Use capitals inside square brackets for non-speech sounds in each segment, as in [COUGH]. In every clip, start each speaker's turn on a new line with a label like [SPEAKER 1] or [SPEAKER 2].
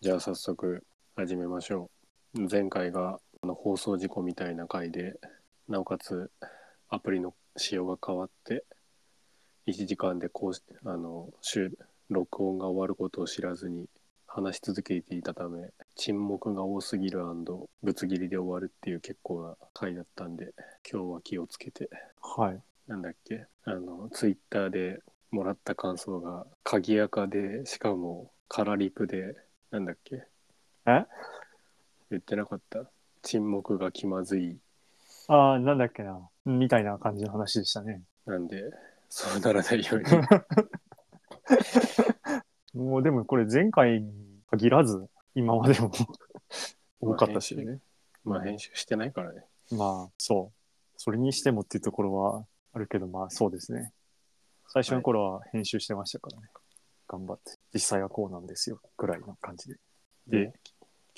[SPEAKER 1] じゃあ早速始めましょう。前回があの放送事故みたいな回で、なおかつアプリの仕様が変わって、1時間でこうしあの収録音が終わることを知らずに話し続けていたため、沈黙が多すぎるぶつ切りで終わるっていう結構な回だったんで、今日は気をつけて、
[SPEAKER 2] はい。
[SPEAKER 1] なんだっけ、あの、ツイッターでもらった感想が、鍵垢で、しかも、カラリプで、なんだっけ。
[SPEAKER 2] え
[SPEAKER 1] 言ってなかった。沈黙が気まずい。
[SPEAKER 2] ああ、なんだっけな。みたいな感じの話でしたね。
[SPEAKER 1] なんで、そうならないよう
[SPEAKER 2] [LAUGHS]
[SPEAKER 1] に。
[SPEAKER 2] もうでもこれ前回に限らず、今までも [LAUGHS] 多かったしね。
[SPEAKER 1] まあ、編集してないからね。
[SPEAKER 2] まあ、そう。それにしてもっていうところはあるけど、まあそうですね。最初の頃は編集してましたからね。頑張って。実際はこうなんですよ。ぐらいの感じで。
[SPEAKER 1] で
[SPEAKER 2] で、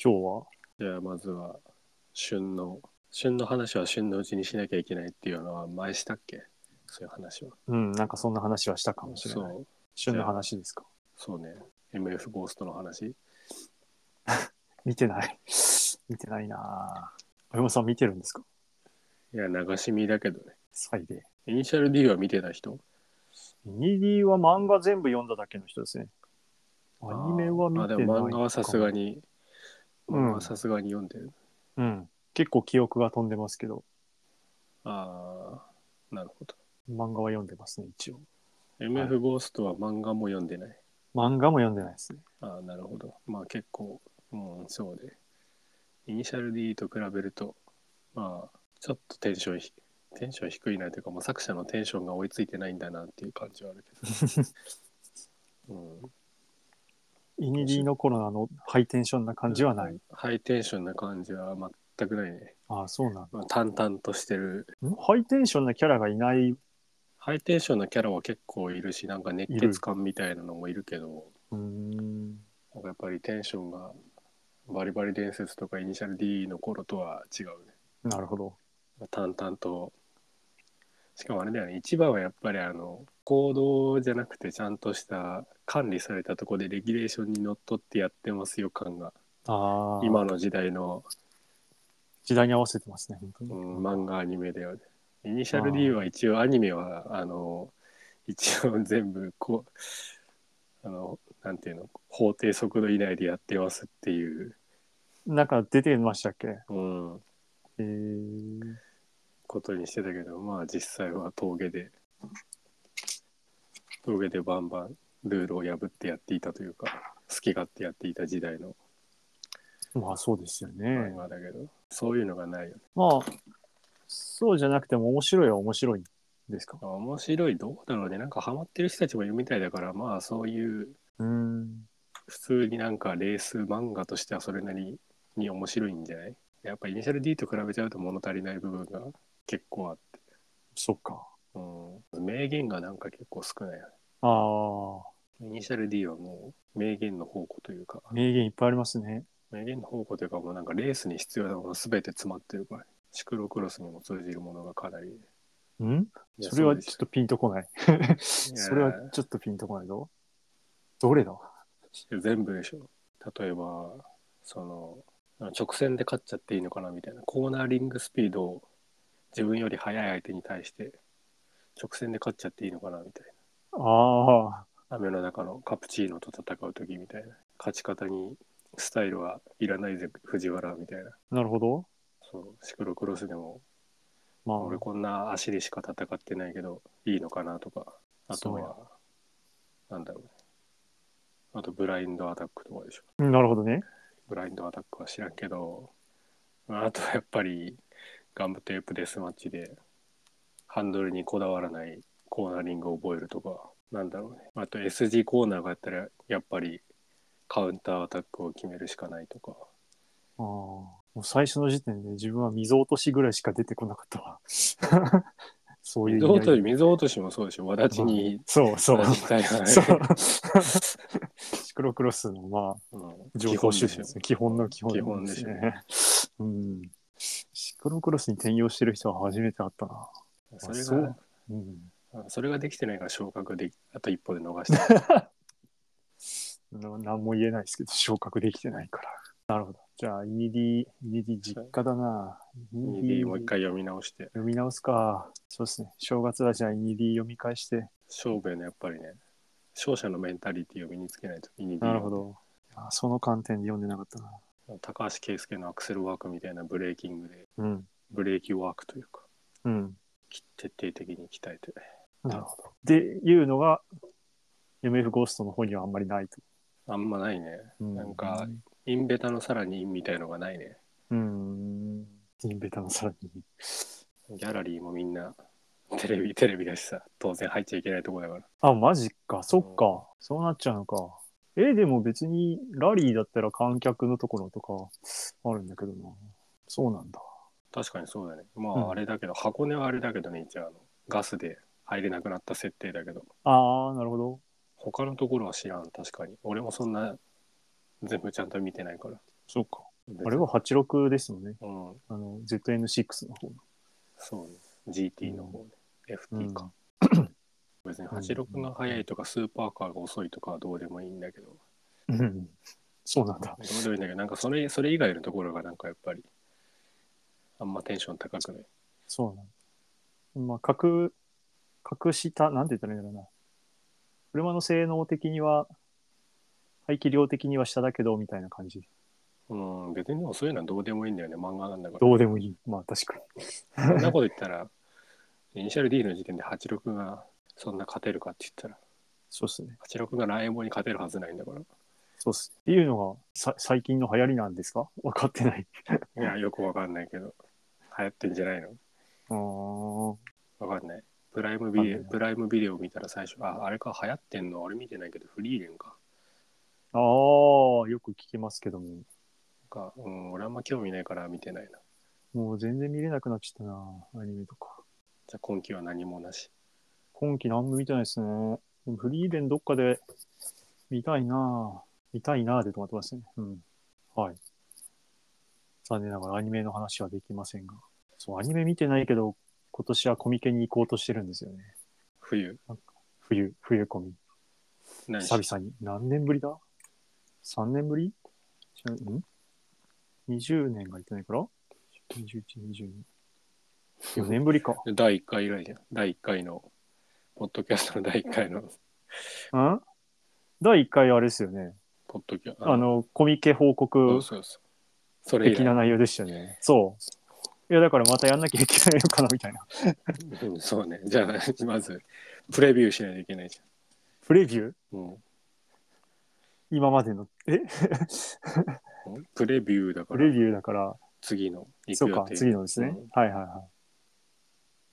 [SPEAKER 2] 今日は、
[SPEAKER 1] じゃあ、まずは、旬の、旬の話は旬のうちにしなきゃいけないっていうのは、前したっけそういう話は。
[SPEAKER 2] うん、なんかそんな話はしたかもしれ
[SPEAKER 1] そ
[SPEAKER 2] ない。
[SPEAKER 1] う、
[SPEAKER 2] 旬の話ですか。
[SPEAKER 1] そうね。MF ゴーストの話。
[SPEAKER 2] 見てない。 [LAUGHS] 見てないなぁ。青山さん見てるんですか
[SPEAKER 1] いや、流し見だけどね。
[SPEAKER 2] サイで。
[SPEAKER 1] イニシャル D は見てた人
[SPEAKER 2] ミニ D は漫画全部読んだだけの人ですね。アニメは見てない
[SPEAKER 1] あでも漫画はさすがに、
[SPEAKER 2] うん
[SPEAKER 1] 漫画はさすがに読んでる。
[SPEAKER 2] うん。結構記憶が飛んでますけど、
[SPEAKER 1] ああ、なるほど。
[SPEAKER 2] 漫画は読んでますね、一応。
[SPEAKER 1] MF ゴーストは漫画も読んでない。
[SPEAKER 2] 漫画も読んでないですね。
[SPEAKER 1] ああ、なるほど。まあ結構、うん、そうで。イニシャル D と比べると、まあ、ちょっとテンションひ、テンション低いなというか、もう作者のテンションが追いついてないんだなっていう感じはあるけ
[SPEAKER 2] [LAUGHS]
[SPEAKER 1] ど。うん、
[SPEAKER 2] イニディの頃のあの、ハイテンションな感じはない。。
[SPEAKER 1] ハイテンションな感じは全くないね。
[SPEAKER 2] ああ、そうなん
[SPEAKER 1] まあ、淡々としてる
[SPEAKER 2] だ。んハイテンションなキャラがいない。
[SPEAKER 1] ハイテンションのキャラは結構いるし、なんか熱血感みたいなのもいるけど、
[SPEAKER 2] うーん。
[SPEAKER 1] なんかやっぱりテンションがバリバリ伝説とかイニシャル D の頃とは違うね。
[SPEAKER 2] なるほど。
[SPEAKER 1] 淡々と。しかもあれだよね、一番はやっぱりあの、行動じゃなくてちゃんとした管理されたとこでレギュレーションにのっとってやってますよ感が、
[SPEAKER 2] ああ、
[SPEAKER 1] 今の時代の、
[SPEAKER 2] 時代に合わせてますね、本当
[SPEAKER 1] う
[SPEAKER 2] に。
[SPEAKER 1] ん、漫画アニメだよね。イニシャル D は一応アニメは、あの、一応全部こう、あの、なんていうの、法定速度以内でやってますっていう、
[SPEAKER 2] なんか出てましたっけえ
[SPEAKER 1] うん、
[SPEAKER 2] えー。
[SPEAKER 1] ことにしてたけど、まあ実際は峠で、峠でバンバンルールを破ってやっていたというか、好き勝手やっていた時代の
[SPEAKER 2] まあそうですよね。
[SPEAKER 1] 漫画だけど、そういうのがないよね。
[SPEAKER 2] まあ、そうじゃなくても面白いは面白いんですか。
[SPEAKER 1] 面白い、どうだろうね。なんかハマってる人たちもいるみたいだから、まあそういう、
[SPEAKER 2] うーん。
[SPEAKER 1] 普通になんかレース漫画としてはそれなりに面白いんじゃないやっぱイニシャル D と比べちゃうと物足りない部分が結構あって、
[SPEAKER 2] そっか。
[SPEAKER 1] うん、名言がなんか結構少ないよ
[SPEAKER 2] ああ、
[SPEAKER 1] ねイニシャル D はもう名言の宝庫というか
[SPEAKER 2] 名言いっぱいありますね。
[SPEAKER 1] 名言の宝庫というかもうなんかレースに必要なもの全て詰まってるからシクロクロスにも通じるものがかなり
[SPEAKER 2] ん
[SPEAKER 1] いや
[SPEAKER 2] それは
[SPEAKER 1] うで
[SPEAKER 2] ちょ
[SPEAKER 1] し
[SPEAKER 2] っとピンとこない。
[SPEAKER 1] ょ
[SPEAKER 2] それはい
[SPEAKER 1] や
[SPEAKER 2] ちょっとピンとこないぞ。どれだ
[SPEAKER 1] いや全部でしょ例えばその直線で勝っちゃっていいのかなみたいなコーナーリングスピードを自分より速い相手に対して直線で勝っちゃっていいのかなみたい
[SPEAKER 2] ああ、
[SPEAKER 1] な雨の中のカプチーノと戦う時みたいな勝ち方にスタイルはいらないぜ藤原みたいな
[SPEAKER 2] なるほど。
[SPEAKER 1] そうシクロクロスでも
[SPEAKER 2] まあ、
[SPEAKER 1] 俺こんな足でしか戦ってないけどいいのかなとかあとはなんだろうねあとブラインドアタックとかでしょ
[SPEAKER 2] うんなるほどね。
[SPEAKER 1] ブラインドアタックは知らんけどあとはやっぱりガムテープデスマッチでハンドルにこだわらないコーナリングを覚えるとかなんだろうねあと SG コーナーがやったらやっぱりカウンターアタックを決めるしかないとか
[SPEAKER 2] ああ、もう最初の時点で自分は水落としぐらいしか出てこなかったわ。 [LAUGHS] そういう意
[SPEAKER 1] 水
[SPEAKER 2] 味合い
[SPEAKER 1] 落とし水落としもそうでしょわだちに
[SPEAKER 2] そうそう。
[SPEAKER 1] みたいなね
[SPEAKER 2] そう。 [LAUGHS] シクロクロスの、まあ、
[SPEAKER 1] うん
[SPEAKER 2] 情
[SPEAKER 1] 基
[SPEAKER 2] 報
[SPEAKER 1] 本
[SPEAKER 2] 収
[SPEAKER 1] で
[SPEAKER 2] 集
[SPEAKER 1] す
[SPEAKER 2] で
[SPEAKER 1] よ
[SPEAKER 2] すね。基本の基本
[SPEAKER 1] 基本ですよ
[SPEAKER 2] ね。うん。シクロクロスに転用してる人は初めて会ったな。
[SPEAKER 1] それ
[SPEAKER 2] そ
[SPEAKER 1] が
[SPEAKER 2] ううん。 [LAUGHS]
[SPEAKER 1] それができてないから昇格であと一歩で逃した。
[SPEAKER 2] な何も言えないですけど、昇格できてないから。なるほど。じゃあ、イニディ、イニディ実家だな。イ
[SPEAKER 1] ニディもう一回読み直して、
[SPEAKER 2] 読み直すか。そうですね。正月だじゃあ、イニディ読み返して。
[SPEAKER 1] 勝負やね、やっぱりね。勝者のメンタリティを身につけないと、イニディ
[SPEAKER 2] なるほど。あその観点で読んでなかったな。
[SPEAKER 1] 高橋圭介のアクセルワークみたいなブレーキングで、
[SPEAKER 2] うん。
[SPEAKER 1] ブレーキワークというか、
[SPEAKER 2] うん。
[SPEAKER 1] き徹底的に鍛えて。
[SPEAKER 2] なるほど。で、いうのが、MF ゴーストの方にはあんまりないと。
[SPEAKER 1] あんまないね。
[SPEAKER 2] う
[SPEAKER 1] なんか、インベタのさらにインみたいのがないね。
[SPEAKER 2] うん。インベタのさらに。
[SPEAKER 1] ギャラリーもみんな、テレビ、テレビだしさ、当然入っちゃいけないとこだから。
[SPEAKER 2] あ、マジか。そっか。そうなっちゃうのか。え、でも別にラリーだったら観客のところとかあるんだけどな。そうなんだ。
[SPEAKER 1] 確かにそうだね。ま
[SPEAKER 2] うん
[SPEAKER 1] あ、あれだけど、箱根はあれだけどね、一応あの、ガスで入れなくなった設定だけど、
[SPEAKER 2] ああ、なるほど。
[SPEAKER 1] 他のところは知らん、確かに。俺もそんな、全部ちゃんと見てないから。
[SPEAKER 2] そうか。あれは86ですよね。
[SPEAKER 1] うん、
[SPEAKER 2] あの、ZN6 の方の。
[SPEAKER 1] そうね。GT の方ね。FT か。別に86が速いとか、スーパーカーが遅いとかはどうでもいいんだけど、ど
[SPEAKER 2] うん。そうなんだ。
[SPEAKER 1] うでもいいんだけど、なんかそれ、それ以外のところがなんかやっぱり、あんまテンション高くない。
[SPEAKER 2] そうなんだ。まあ、隠、隠した、なんて言ったらいいんだろうな。車の性能的には、排気量的には下だけど、みたいな感じ。
[SPEAKER 1] うん、別にでもそういうのはどうでもいいんだよね、漫画なんだから。
[SPEAKER 2] どうでもいい。まあ、確かに。
[SPEAKER 1] そんなこと言ったら、イニシャル D の時点で86がそんな勝てるかって言った
[SPEAKER 2] そうっすね。
[SPEAKER 1] ら、86がライボに勝てるはずないんだから。
[SPEAKER 2] そうっす。っていうのがさ最近の流行りなんですか分かってない。
[SPEAKER 1] いや、よくわかんないけど、流行ってんじゃないの
[SPEAKER 2] うーん。
[SPEAKER 1] わかんない。プライムビデ
[SPEAKER 2] わか
[SPEAKER 1] オ、
[SPEAKER 2] んない
[SPEAKER 1] プライムビデオ見たら最初、あ、あれか、流行ってんの、あれ見てないけど、フリーレンか。
[SPEAKER 2] ああ、よく聞きますけども。
[SPEAKER 1] なんか、うん、俺あんま興味ないから見てないな。
[SPEAKER 2] もう全然見れなくなっちゃったな、アニメとか。
[SPEAKER 1] じゃあ今期は何もなし。
[SPEAKER 2] 今期何も見てないですね。でもフリーレンどっかで見たいな見たいなで止まってますね。うん。はい。残念ながらアニメの話はできませんが。そう、アニメ見てないけど、今年はコミケに行こうとしてるんですよね。
[SPEAKER 1] 冬。
[SPEAKER 2] 冬、冬コミ。
[SPEAKER 1] 何し
[SPEAKER 2] 久々に。何年ぶりだ ?3 年ぶり違うん ?20 年がいってないから ?21、22。4年ぶりか。
[SPEAKER 1] 第1回以来じゃん。第1回の、ポッドキャストの第1回の、
[SPEAKER 2] うん第1回あれですよね。
[SPEAKER 1] ポッドキャスト。
[SPEAKER 2] あの、コミケ報
[SPEAKER 1] そ
[SPEAKER 2] 告
[SPEAKER 1] うそうそう。それ以
[SPEAKER 2] 的な
[SPEAKER 1] 来。
[SPEAKER 2] 内容でしたよね。そう。いや、だからまたやんなきゃいけないのかなみたいな。
[SPEAKER 1] うんそうね。じゃあ、 [LAUGHS] まず、プレビューしないといけないじ
[SPEAKER 2] プレビュー
[SPEAKER 1] ゃん。うん
[SPEAKER 2] 今までの。え
[SPEAKER 1] プレビューだか
[SPEAKER 2] プレ
[SPEAKER 1] ら、
[SPEAKER 2] ビューだから、
[SPEAKER 1] 次の行
[SPEAKER 2] そ
[SPEAKER 1] く
[SPEAKER 2] う
[SPEAKER 1] 予
[SPEAKER 2] か、
[SPEAKER 1] 定。
[SPEAKER 2] 次のですね。
[SPEAKER 1] うん
[SPEAKER 2] はいはいはい。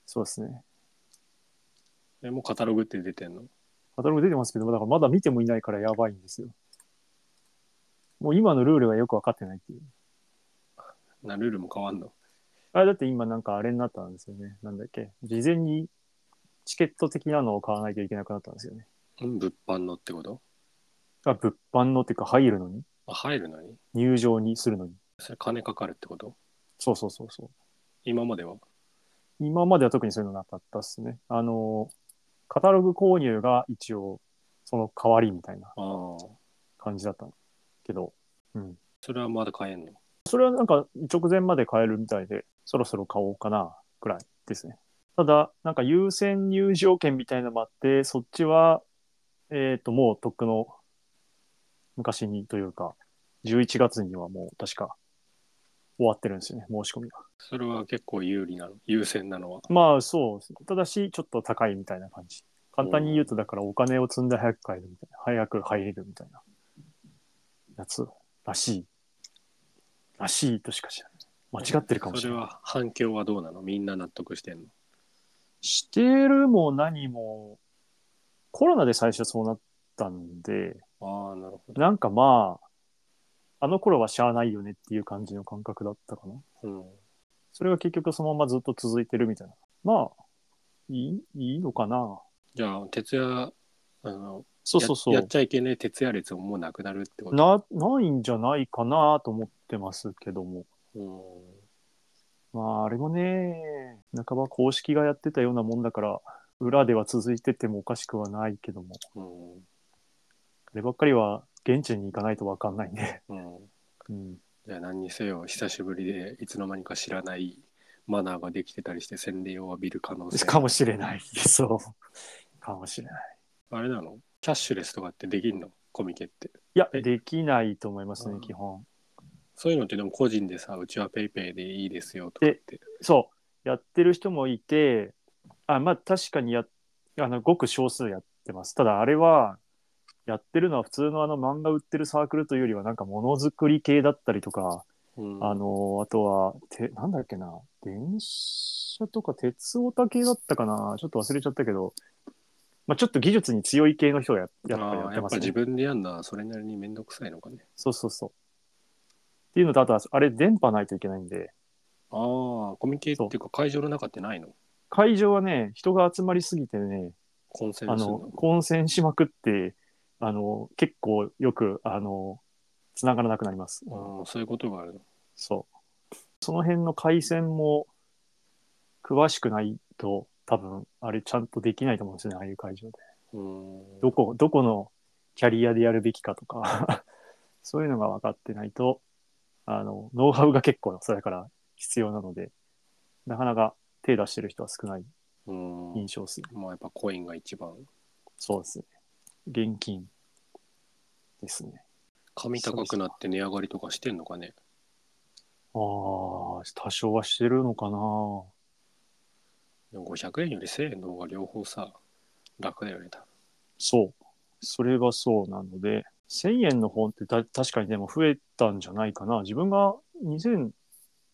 [SPEAKER 2] そうですね。
[SPEAKER 1] えもうカタログって出てんの
[SPEAKER 2] カタログ出てますけど、だからまだ見てもいないからやばいんですよ。もう今のルールがよくわかってないっていう。
[SPEAKER 1] な、ルールも変わんの
[SPEAKER 2] あれだって今なんかあれになったんですよね。なんだっけ。事前にチケット的なのを買わないといけなくなったんですよね。
[SPEAKER 1] うん物販のってこと
[SPEAKER 2] あ、物販のっていうか入るのに
[SPEAKER 1] あ、入るのに
[SPEAKER 2] 入場にするのに。
[SPEAKER 1] それ金かかるってこと
[SPEAKER 2] そうそうそうそう。
[SPEAKER 1] 今までは
[SPEAKER 2] 今までは特にそういうのなかったっすね。あの、カタログ購入が一応その代わりみたいな
[SPEAKER 1] ああ。
[SPEAKER 2] 感じだったけど、うん。
[SPEAKER 1] それはまだ買えんの
[SPEAKER 2] それはなんか直前まで買えるみたいで、そろそろ買おうかな、くらいですね。ただ、なんか優先入場券みたいなのもあって、そっちは、えっ、と、もうとっくの昔にというか、11月にはもう確か終わってるんですよね、申し込みが。
[SPEAKER 1] それは結構有利なの優先なのは。
[SPEAKER 2] まあそうです、ただしちょっと高いみたいな感じ。簡単に言うと、だからお金を積んで早く買えるみたいな、早く入れるみたいなやつらしい。らしいとしか知らない。間違ってるかもしれない。
[SPEAKER 1] それは反響はどうなのみんな納得してんの
[SPEAKER 2] してるも何も、コロナで最初そうなったんで、
[SPEAKER 1] ああ、なるほど。
[SPEAKER 2] なんかまあ、あの頃はしゃあないよねっていう感じの感覚だったかな。
[SPEAKER 1] うん。
[SPEAKER 2] それが結局そのままずっと続いてるみたいな。まあ、いい、いいのかな。
[SPEAKER 1] じゃあ、徹夜、あの、
[SPEAKER 2] そうそうそう。
[SPEAKER 1] ややっちゃいけねえ徹夜列ももうなくなるってこと
[SPEAKER 2] な、ないんじゃないかなと思ってますけども。
[SPEAKER 1] うん。
[SPEAKER 2] まあ、あれもね、半ば公式がやってたようなもんだから、裏では続いててもおかしくはないけども、
[SPEAKER 1] うん
[SPEAKER 2] あればっかりは現地に行かないと分かんないんで、
[SPEAKER 1] うん、
[SPEAKER 2] うん、
[SPEAKER 1] じゃあ何にせよ久しぶりでいつの間にか知らないマナーができてたりして洗礼を浴びる可能性
[SPEAKER 2] [LAUGHS] かもしれない。そう。かもしれない。
[SPEAKER 1] あれなのキャッシュレスとかってできんのコミケって
[SPEAKER 2] いや、
[SPEAKER 1] え
[SPEAKER 2] できないと思います
[SPEAKER 1] う
[SPEAKER 2] ね、
[SPEAKER 1] ん
[SPEAKER 2] 基本。
[SPEAKER 1] そういうのってでも個人でさうちはペイペイでいいですよとかって
[SPEAKER 2] そう。やってる人もいて、あ、まあ確かにや、あの、ごく少数やってます。ただ、あれは、やってるのは普通のあの漫画売ってるサークルというよりは、なんかものづくり系だったりとか、
[SPEAKER 1] うん
[SPEAKER 2] あの、あとは、て、なんだっけな、電車とか鉄オタ系だったかな、ちょっと忘れちゃったけど、まあ、ちょっと技術に強い系の人がややっぱりや
[SPEAKER 1] あ
[SPEAKER 2] っ
[SPEAKER 1] ー
[SPEAKER 2] て
[SPEAKER 1] やっぱ
[SPEAKER 2] ます
[SPEAKER 1] 自
[SPEAKER 2] ね。
[SPEAKER 1] 分でやんなそれなりに面倒くさいのかね
[SPEAKER 2] そうそうそう。っていうのと、あとは、あれ、電波ないといけないんで、
[SPEAKER 1] ああコミケっていうか会場の中ってないの
[SPEAKER 2] 会場はね、人が集まりすぎてね、
[SPEAKER 1] 混戦
[SPEAKER 2] あ
[SPEAKER 1] する
[SPEAKER 2] の、
[SPEAKER 1] の
[SPEAKER 2] 混戦しまくって、あの、結構よく、あの、繋がらなくなります。
[SPEAKER 1] あーそういうことがあるの
[SPEAKER 2] そう。その辺の回線も詳しくないと多分あれちゃんとできないと思うんですよね、ああいう会場で。
[SPEAKER 1] うー
[SPEAKER 2] どこ、どこのキャリアでやるべきかとか、 [LAUGHS] そういうのが分かってないと、あの、ノウハウが結構それから必要なので、なかなか手出してる人は少ない
[SPEAKER 1] んう
[SPEAKER 2] 印象ですね。
[SPEAKER 1] ーんまあやっぱコインが一番
[SPEAKER 2] そうですね。現金ですね。
[SPEAKER 1] 紙高くなって値上がりとかしてんのかね
[SPEAKER 2] ああ、多少はしてるのかな
[SPEAKER 1] でも500円より1000円の方が両方さ楽だよね多分
[SPEAKER 2] そう。それはそうなので、1000円の本ってた確かにでも増えたんじゃないかな。自分が2000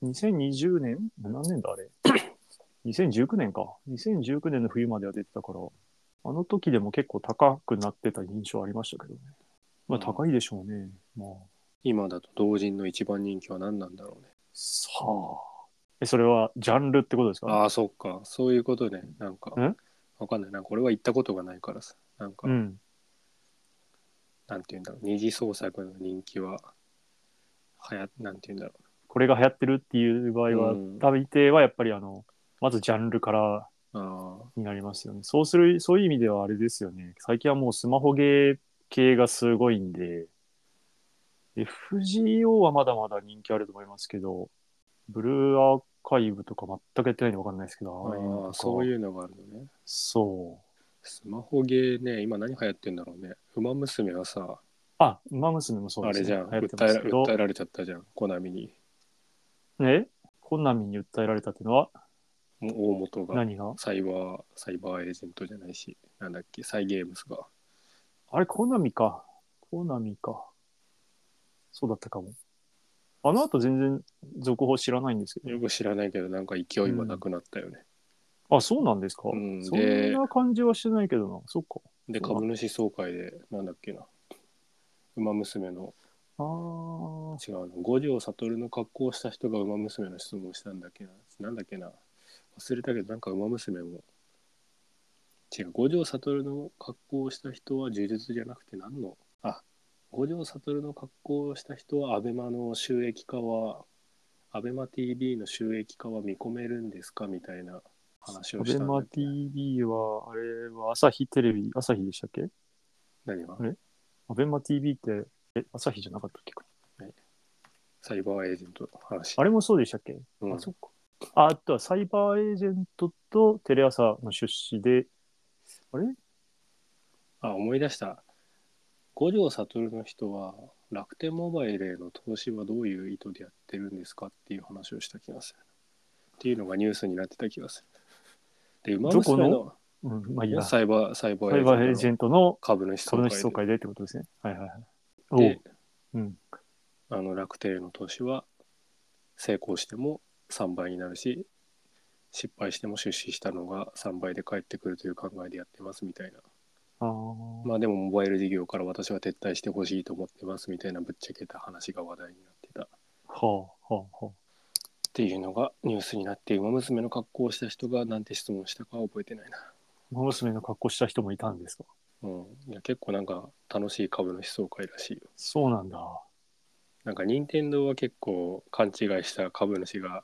[SPEAKER 2] 2020年何年だあれ [CLEARS THROAT] ?2019 年か。2019年の冬までは出てたから、あの時でも結構高くなってた印象ありましたけどね。まあ
[SPEAKER 1] うん
[SPEAKER 2] 高いでしょうね。まあ。
[SPEAKER 1] 今だと同人の一番人気は何なんだろうね
[SPEAKER 2] さあ。え、それはジャンルってことですか
[SPEAKER 1] ああそっかそういうことねなんか
[SPEAKER 2] ん
[SPEAKER 1] わかんないなんか俺は行ったことがないからさなんか、
[SPEAKER 2] うん。
[SPEAKER 1] なんて言うんだろう二次創作の人気ははやなんて言うんだろ
[SPEAKER 2] これが流行ってるっていう場合は、
[SPEAKER 1] うん
[SPEAKER 2] 食べ手はやっぱりあの、まずジャンルから
[SPEAKER 1] うああ
[SPEAKER 2] になりますよね。そうする、そういう意味ではあれですよね。最近はもうスマホゲー系がすごいんで、FGO はまだまだ人気あると思いますけど、ブルーアーカイブとか全くやってないんでわかんないですけど、ああいうの
[SPEAKER 1] あ
[SPEAKER 2] と
[SPEAKER 1] あ
[SPEAKER 2] か
[SPEAKER 1] そういうのがあるのね
[SPEAKER 2] そう。
[SPEAKER 1] スマホゲーね、今何流行ってんだろうね。ウマ娘はさ、
[SPEAKER 2] あ、ウマ娘もそう
[SPEAKER 1] あ
[SPEAKER 2] で
[SPEAKER 1] れ
[SPEAKER 2] す
[SPEAKER 1] じ
[SPEAKER 2] ね。
[SPEAKER 1] ゃん、
[SPEAKER 2] 流行って
[SPEAKER 1] 訴
[SPEAKER 2] ま
[SPEAKER 1] え
[SPEAKER 2] す
[SPEAKER 1] ら
[SPEAKER 2] けど
[SPEAKER 1] 訴え。られちゃったじゃん、コナミに。
[SPEAKER 2] えコナミに訴えられたっていうのは
[SPEAKER 1] もう大元が。
[SPEAKER 2] 何が
[SPEAKER 1] サイバー、サイバーエージェントじゃないし、なんだっけ、サイゲームスが。
[SPEAKER 2] あれ、コナミか。コナミか。そうだったかも。あの後全然続報知らないんですけど。
[SPEAKER 1] よく知らないけど、なんか勢いはなくなったよね。
[SPEAKER 2] あ、そうなんですか。
[SPEAKER 1] うん
[SPEAKER 2] そ
[SPEAKER 1] で
[SPEAKER 2] んな感じはしてないけどな。そっか。
[SPEAKER 1] で、
[SPEAKER 2] そう
[SPEAKER 1] 株主総会で、なんだっけな、ウマ娘の、
[SPEAKER 2] ああ。
[SPEAKER 1] 違うの、五条悟の格好をした人がウマ娘の質問をしたんだっけな、なんだっけな、忘れたけど、なんかウマ娘も、違う、五条悟の格好をした人は呪術じゃなくて何の、あ、五条悟の格好をした人はアベマの収益化は、アベマ TV の収益化は見込めるんですかみたいな話
[SPEAKER 2] ア
[SPEAKER 1] をし
[SPEAKER 2] ベ
[SPEAKER 1] たん
[SPEAKER 2] マ
[SPEAKER 1] だけど、
[SPEAKER 2] TV は、あれは朝日テレビ、朝日でしたっけ
[SPEAKER 1] 何が
[SPEAKER 2] あれアベマ TV って、え、朝日じゃなかったっけ
[SPEAKER 1] サイバーエージェントの話。
[SPEAKER 2] あれもそうでしたっけ、
[SPEAKER 1] うん
[SPEAKER 2] あ、そっか。あ、あとはサイバーエージェントとテレ朝の出資で、あれ
[SPEAKER 1] あ、思い出した。五条悟の人は楽天モバイルへの投資はどういう意図でやってるんですかっていう話をした気がする。っていうのがニュースになってた気がする。で、馬
[SPEAKER 2] どこの
[SPEAKER 1] 娘の
[SPEAKER 2] うん、まあいいや。サ
[SPEAKER 1] サイバー、サイバ
[SPEAKER 2] イバーエ
[SPEAKER 1] ーエ
[SPEAKER 2] ー
[SPEAKER 1] ージ
[SPEAKER 2] ジ
[SPEAKER 1] ェントの
[SPEAKER 2] ェントの
[SPEAKER 1] 株主総
[SPEAKER 2] 株
[SPEAKER 1] 会
[SPEAKER 2] 主
[SPEAKER 1] で
[SPEAKER 2] 総会でってことですね。はいはいはい。お
[SPEAKER 1] で
[SPEAKER 2] う、うん。
[SPEAKER 1] あの楽天への投資は成功しても3倍になるし、失敗しても出資したのが3倍で返ってくるという考えでやってますみたいな。
[SPEAKER 2] ああ。
[SPEAKER 1] まあでもモバイル事業から私は撤退してほしいと思ってますみたいなぶっちゃけた話が話題になってた。
[SPEAKER 2] はあ、はあ、はあ。
[SPEAKER 1] っていうのがニュースになって馬娘の格好をした人がなんて質問したかは覚えてないな、
[SPEAKER 2] 馬娘の格好した人もいたんですか
[SPEAKER 1] うん、いや結構なんか楽しい株主総会らしいよ
[SPEAKER 2] そうなんだ。
[SPEAKER 1] なんか任天堂は結構勘違いした株主が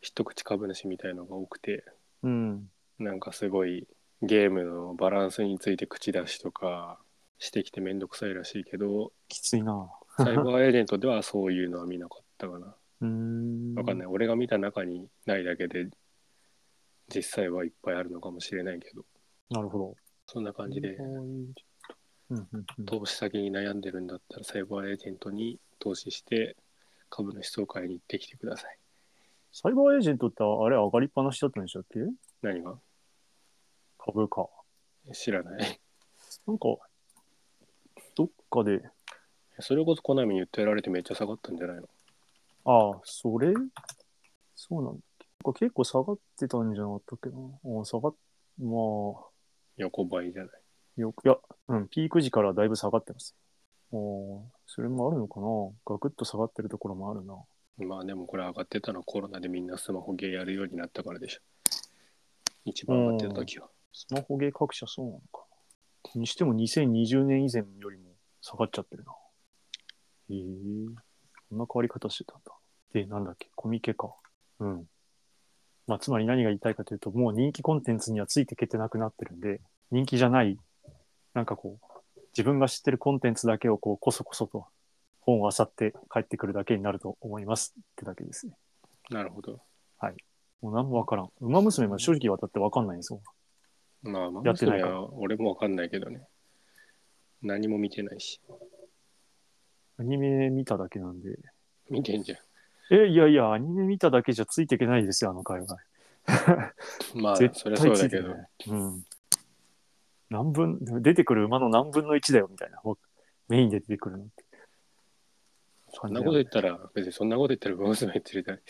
[SPEAKER 1] 一口株主みたいのが多くて
[SPEAKER 2] うん。
[SPEAKER 1] なんかすごいゲームのバランスについて口出しとかしてきてめんどくさいらしいけ [LAUGHS] ど、
[SPEAKER 2] きついな。
[SPEAKER 1] サイバーエージェントではそういうのは見なかったかな。
[SPEAKER 2] うーん。
[SPEAKER 1] わかんない。俺が見た中にないだけで、実際はいっぱいあるのかもしれないけど、
[SPEAKER 2] なるほど。
[SPEAKER 1] そんな感じで、
[SPEAKER 2] うんうんうん
[SPEAKER 1] 投資先に悩んでるんだったら、サイバーエージェントに投資して、株主総会に行ってきてください。
[SPEAKER 2] サイバーエージェントってあれ上がりっぱなしだったんでしたっけ
[SPEAKER 1] 何が
[SPEAKER 2] 株価。
[SPEAKER 1] 知らない。
[SPEAKER 2] なんか、どっかで、
[SPEAKER 1] それこそコナミに訴えられてめっちゃ下がったんじゃないの
[SPEAKER 2] ああ、それそうなんだっけ。なんか結構下がってたんじゃなかったっけな。ああ下がっ、まあ、
[SPEAKER 1] 横ばいじゃない。
[SPEAKER 2] よく、いや、うん、ピーク時からだいぶ下がってます。おそれもあるのかなガクッと下がってるところもあるな。
[SPEAKER 1] まあでもこれ上がってたのはコロナでみんなスマホゲーやるようになったからでしょ。一番上がってた時は。
[SPEAKER 2] スマホゲー各社そうなのかな。にしても2020年以前よりも下がっちゃってるな。へえこんな変わり方してたんだ。で、なんだっけ、コミケか。うん。まあ、つまり何が言いたいかというと、もう人気コンテンツにはついていけてなくなってるんで、人気じゃない、なんかこう、自分が知ってるコンテンツだけをこう、こそこそと本を漁って帰ってくるだけになると思いますってだけですね。
[SPEAKER 1] なるほど。
[SPEAKER 2] もう何もわからん。馬娘も正直渡ってわかんないんですよ。
[SPEAKER 1] まあま
[SPEAKER 2] や
[SPEAKER 1] あ
[SPEAKER 2] って
[SPEAKER 1] そ
[SPEAKER 2] ない
[SPEAKER 1] れ
[SPEAKER 2] か
[SPEAKER 1] は俺もわかんないけどね。何も見てないし。
[SPEAKER 2] アニメ見ただけなんで、
[SPEAKER 1] 見てんじゃ
[SPEAKER 2] え、いやいや、アニメ見ただけじゃついていけないですよ、あの界隈。
[SPEAKER 1] ん。まあ
[SPEAKER 2] 絶
[SPEAKER 1] そりゃそ
[SPEAKER 2] 対
[SPEAKER 1] う
[SPEAKER 2] つ
[SPEAKER 1] だ
[SPEAKER 2] いて
[SPEAKER 1] け
[SPEAKER 2] いけ
[SPEAKER 1] ど
[SPEAKER 2] な。い。うん。何分、出てくる馬の何分の1だよ、みたいな。ほメインで出てくるのって。
[SPEAKER 1] そんなこと言ったら、別にそんなこと言ったら馬娘連れたい。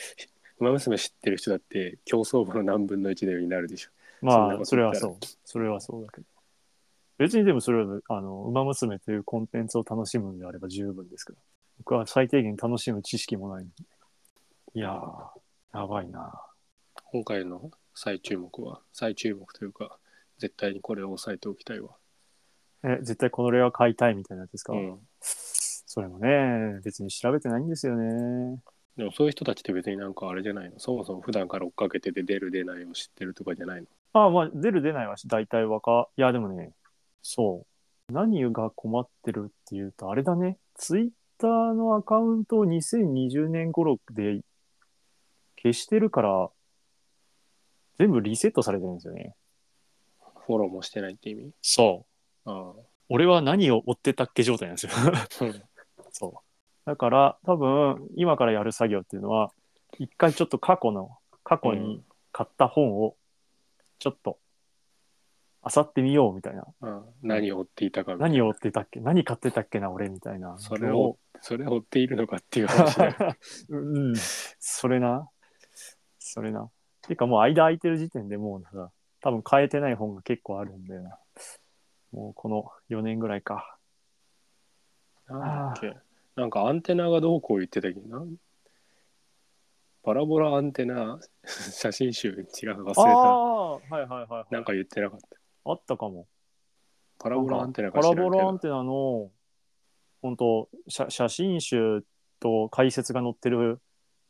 [SPEAKER 1] 馬娘知ってる人だって競走馬の何分の1だよになるでしょ。そんな
[SPEAKER 2] ま
[SPEAKER 1] こ
[SPEAKER 2] あ、
[SPEAKER 1] と
[SPEAKER 2] それはそう。それはそうだけど。別にでもそれは、あの、馬娘というコンテンツを楽しむんであれば十分ですけど。僕は最低限楽しむ知識もないんで。いやー、やばいな。
[SPEAKER 1] 今回の最注目は、最注目というか、絶対にこれを押さえておきたいわ。
[SPEAKER 2] え、絶対このレア買いたいみたいなやつですか、
[SPEAKER 1] うん。
[SPEAKER 2] それもね、別に調べてないんですよね。
[SPEAKER 1] でもそういう人たちって別になんかあれじゃないのそもそも普段から追っかけてて出る出ないを知ってるとかじゃないの
[SPEAKER 2] ああ、まあ、出る出ないは大体わか、いや、でもね、そう。何が困ってるっていうと、あれだね、ツイッターのアカウントを2020年頃で消してるから、全部リセットされてるんですよね。
[SPEAKER 1] フォローもしてないって意味
[SPEAKER 2] そう。
[SPEAKER 1] あ
[SPEAKER 2] 俺は何を追ってたっけ状態なんですよ。
[SPEAKER 1] あ。
[SPEAKER 2] そう。だから、多分、今からやる作業っていうのは、一回ちょっと過去の、過去に買った本を、ちょっと、漁ってみようみたいな。
[SPEAKER 1] ああ何を追っていたかみたいな
[SPEAKER 2] 何を追ってたっけ何買ってたっけな俺みたいな。
[SPEAKER 1] それを。それを追っているのかっていう話だよ [LAUGHS]
[SPEAKER 2] うん。それな。それな。てかもう間空いてる時点でもうさ、多分変えてない本が結構あるんだよな。もうこの4年ぐらいか。
[SPEAKER 1] なんだっけなんかアンテナがどうこう言ってたっけどパラボラアンテナ [LAUGHS] 写真集違う忘れ
[SPEAKER 2] あ
[SPEAKER 1] た
[SPEAKER 2] あ、はいはいはい、
[SPEAKER 1] な
[SPEAKER 2] は
[SPEAKER 1] ん
[SPEAKER 2] い。
[SPEAKER 1] か言ってなかった
[SPEAKER 2] あったかも。
[SPEAKER 1] パラボラアンテナ
[SPEAKER 2] パ
[SPEAKER 1] か知ら
[SPEAKER 2] ラ
[SPEAKER 1] んけ
[SPEAKER 2] ボ
[SPEAKER 1] ど
[SPEAKER 2] ラアンテナの、本当写写真集と解説が載ってる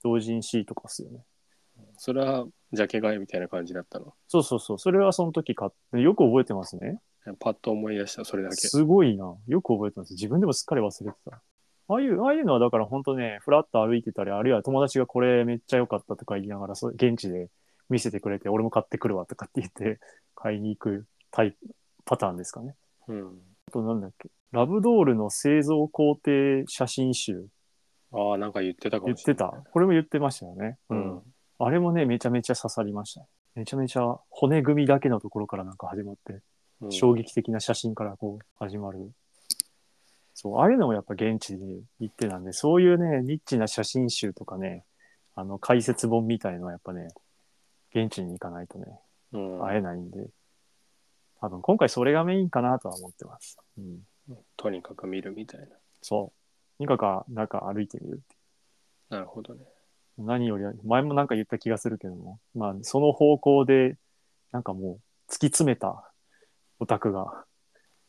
[SPEAKER 2] 同人誌とかっすよね。
[SPEAKER 1] それはジャケ買いみたいな感じだったの
[SPEAKER 2] そうそうそう。それはその時買って、よく覚えてますね。
[SPEAKER 1] パッと思い出したそれだけ
[SPEAKER 2] すごいな。よく覚えてます。自分でもすっかり忘れてた。ああいう、ああいうのはだから本当ね、ふらっと歩いてたり、あるいは友達がこれめっちゃ良かったとか言いながら、そう現地で見せてくれて、俺も買ってくるわとかって言って、買いに行くタイプ、パターンですかね。
[SPEAKER 1] うん
[SPEAKER 2] あとなんだっけ。ラブドールの製造工程写真集。
[SPEAKER 1] ああなんか言ってたか
[SPEAKER 2] 言
[SPEAKER 1] も
[SPEAKER 2] っ
[SPEAKER 1] しれ
[SPEAKER 2] て
[SPEAKER 1] ない
[SPEAKER 2] た。これも言ってましたよね。
[SPEAKER 1] うん
[SPEAKER 2] あれもね、めちゃめちゃ刺さりました。めちゃめちゃ骨組みだけのところからなんか始まって、
[SPEAKER 1] うん
[SPEAKER 2] 衝撃的な写真からこう始まる。そう、ああいうのもやっぱ現地に行ってたんで、そういうね、ニッチな写真集とかね、あの解説本みたいのはやっぱね、現地に行かないとね、
[SPEAKER 1] うん
[SPEAKER 2] 会えないんで、多分今回それがメインかなとは思ってます。うん。
[SPEAKER 1] とにかく見るみたい
[SPEAKER 2] そう。とにかくなんか歩いてみる。
[SPEAKER 1] な。なるほどね。
[SPEAKER 2] 何より、前もなんか言った気がするけども、まあ、その方向で、なんかもう、突き詰めたオタクが、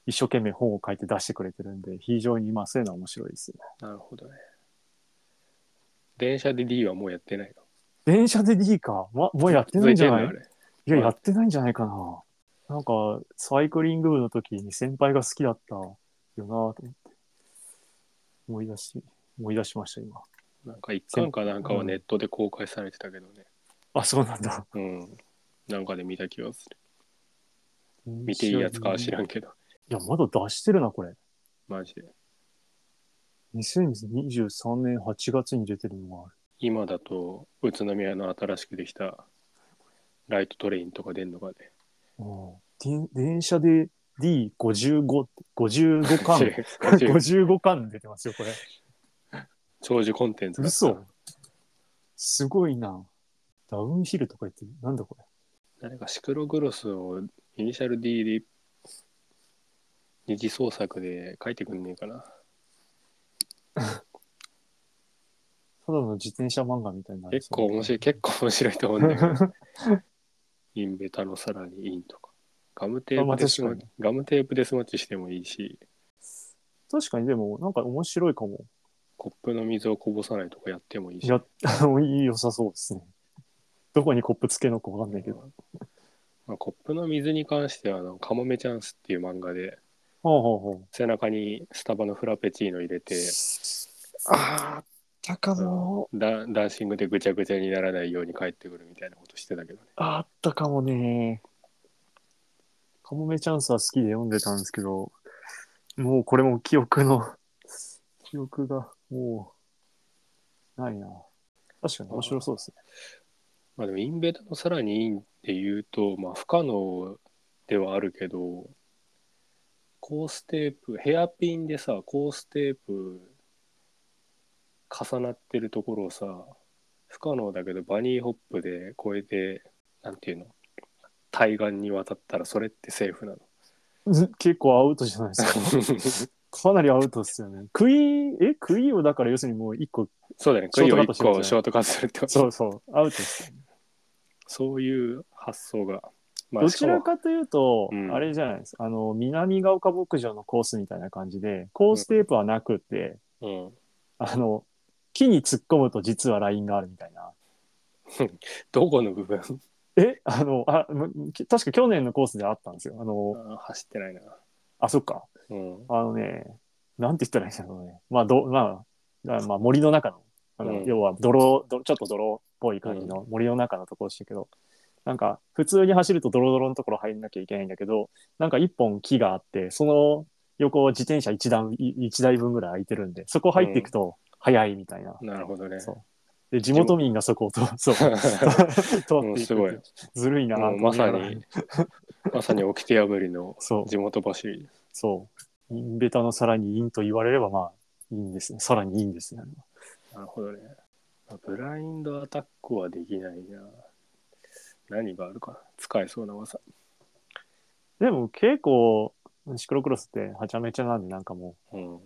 [SPEAKER 2] 一生懸命本を書いて出してくれてるんで、非常にまあ、そういうのは面白いですよね。
[SPEAKER 1] なるほどね。電車で D はもうやってないの。
[SPEAKER 2] 電車で D か。ま、もうやってないんじゃない
[SPEAKER 1] 続てんの
[SPEAKER 2] いや、やってないんじゃないかな。なんか、サイクリング部の時に先輩が好きだったよなと思って。思い出し、思い出しました、今。
[SPEAKER 1] なんか一巻かなんかはネットで公開されてたけどね。
[SPEAKER 2] あ、そうなんだ。
[SPEAKER 1] うん。なんかで見た気がする。見ていいやつかは知ら
[SPEAKER 2] い
[SPEAKER 1] んけど。
[SPEAKER 2] や、まだ出してるな、これ。
[SPEAKER 1] マジで。
[SPEAKER 2] 2023年8月に出てるのがある。
[SPEAKER 1] 今だと、宇都宮の新しくできたライトトレインとか出んのかね。
[SPEAKER 2] うん、で電車で D55、55巻、 [LAUGHS]
[SPEAKER 1] 50
[SPEAKER 2] 55巻出てますよ、これ。
[SPEAKER 1] 長寿コンテンツだった
[SPEAKER 2] [LAUGHS] 嘘すごいな。ダウンヒルとか言ってる、なんだこれ。
[SPEAKER 1] 誰かシクログロスをイニシャル D で二次創作で書いてくんねえかな。
[SPEAKER 2] ただの自転車漫画みたいにな
[SPEAKER 1] 結構面白い、結構面白いと思
[SPEAKER 2] [LAUGHS]
[SPEAKER 1] うんだけど。インベタのさらにインとか。ガムテープデスマ
[SPEAKER 2] あまあ
[SPEAKER 1] ッ
[SPEAKER 2] 確
[SPEAKER 1] チ、ガムテープデスマッチしてもいいし、
[SPEAKER 2] 確かにでも、なんか面白いかも。
[SPEAKER 1] コップの水をこぼさないとかやってもいいし。
[SPEAKER 2] いや、あのいい良さそうですね。どこにコップつけるのかわかんないけど。
[SPEAKER 1] まあ、コップの水に関してはあの「カモメチャンス」っていう漫画で
[SPEAKER 2] ほうほうほう。
[SPEAKER 1] 背中にスタバのフラペチーノ入れて
[SPEAKER 2] ああ、あったかも。
[SPEAKER 1] ダダンシングでぐちゃぐちゃにならないように帰ってくるみたいなことしてたけどね
[SPEAKER 2] ああったかもね。カモメチャンスは好きで読んでたんですけど、もうこれも記憶の、記憶がもう、ないな。確かに面白そうですね。
[SPEAKER 1] まあでもインベタのさらにインで言うとまあ不可能ではあるけどコーステープヘアピンでさコーステープ重なってるところをさ不可能だけどバニーホップで越えてなんていうの対岸に渡ったらそれってセーフなの
[SPEAKER 2] ず [LAUGHS] 結構アウトじゃないですか。
[SPEAKER 1] [LAUGHS]
[SPEAKER 2] かなりアウトですよね。クイーン、え、クイーンをだから要するにもう一個、
[SPEAKER 1] [LAUGHS] そうだね、
[SPEAKER 2] ショ
[SPEAKER 1] ク
[SPEAKER 2] ー
[SPEAKER 1] イを
[SPEAKER 2] トカ
[SPEAKER 1] 1
[SPEAKER 2] ットしてるん
[SPEAKER 1] 個
[SPEAKER 2] ですね
[SPEAKER 1] ショートカットするってこと
[SPEAKER 2] そうそう、アウトですよね。
[SPEAKER 1] そういう発想が。まあ、
[SPEAKER 2] どちらかというと、
[SPEAKER 1] うん
[SPEAKER 2] あれじゃないですか。あの、南ヶ丘牧場のコースみたいな感じで、コーステープはなくて、
[SPEAKER 1] しかも、うん、
[SPEAKER 2] あの、木に突っ込むと実はラインがあるみたいな。
[SPEAKER 1] どこの部分
[SPEAKER 2] えあの、あ、むき確か去年のコースであったんですよ。あの、
[SPEAKER 1] あ走ってないな。
[SPEAKER 2] あ、そっか。
[SPEAKER 1] うん。
[SPEAKER 2] あのね、なんて言ったらいいんだろうね。まあ、ど、まあ、あまあ、森の中の、あの
[SPEAKER 1] うん
[SPEAKER 2] 要は泥、どちょっと泥っぽい感じの森の中のところでしたけど、なんか、普通に走るとドロドロのところ入んなきゃいけないんだけど、なんか一本木があって、その横を自転車一段、い一台分ぐらい空いてるんで、そこ入っていくと早いみたいな。
[SPEAKER 1] なるほどね。
[SPEAKER 2] そう。で、地元民がそこをと、そう、通
[SPEAKER 1] も [LAUGHS] う
[SPEAKER 2] ってい
[SPEAKER 1] す
[SPEAKER 2] く
[SPEAKER 1] ごい。
[SPEAKER 2] ずるいなと
[SPEAKER 1] もう
[SPEAKER 2] 思
[SPEAKER 1] ま
[SPEAKER 2] いな
[SPEAKER 1] さ
[SPEAKER 2] がら
[SPEAKER 1] [LAUGHS] に、まさに掟破りの
[SPEAKER 2] そう、
[SPEAKER 1] 地元走り。
[SPEAKER 2] そう。インベタのさらにインと言われれば、まあ、いいんですね。さらにいいんですね。
[SPEAKER 1] なるほどね。まあブラインドアタックはできないな。何があるかな使えそうな技。
[SPEAKER 2] でも結構、シクロクロスってはちゃめちゃなんで、なんかもう、
[SPEAKER 1] うん。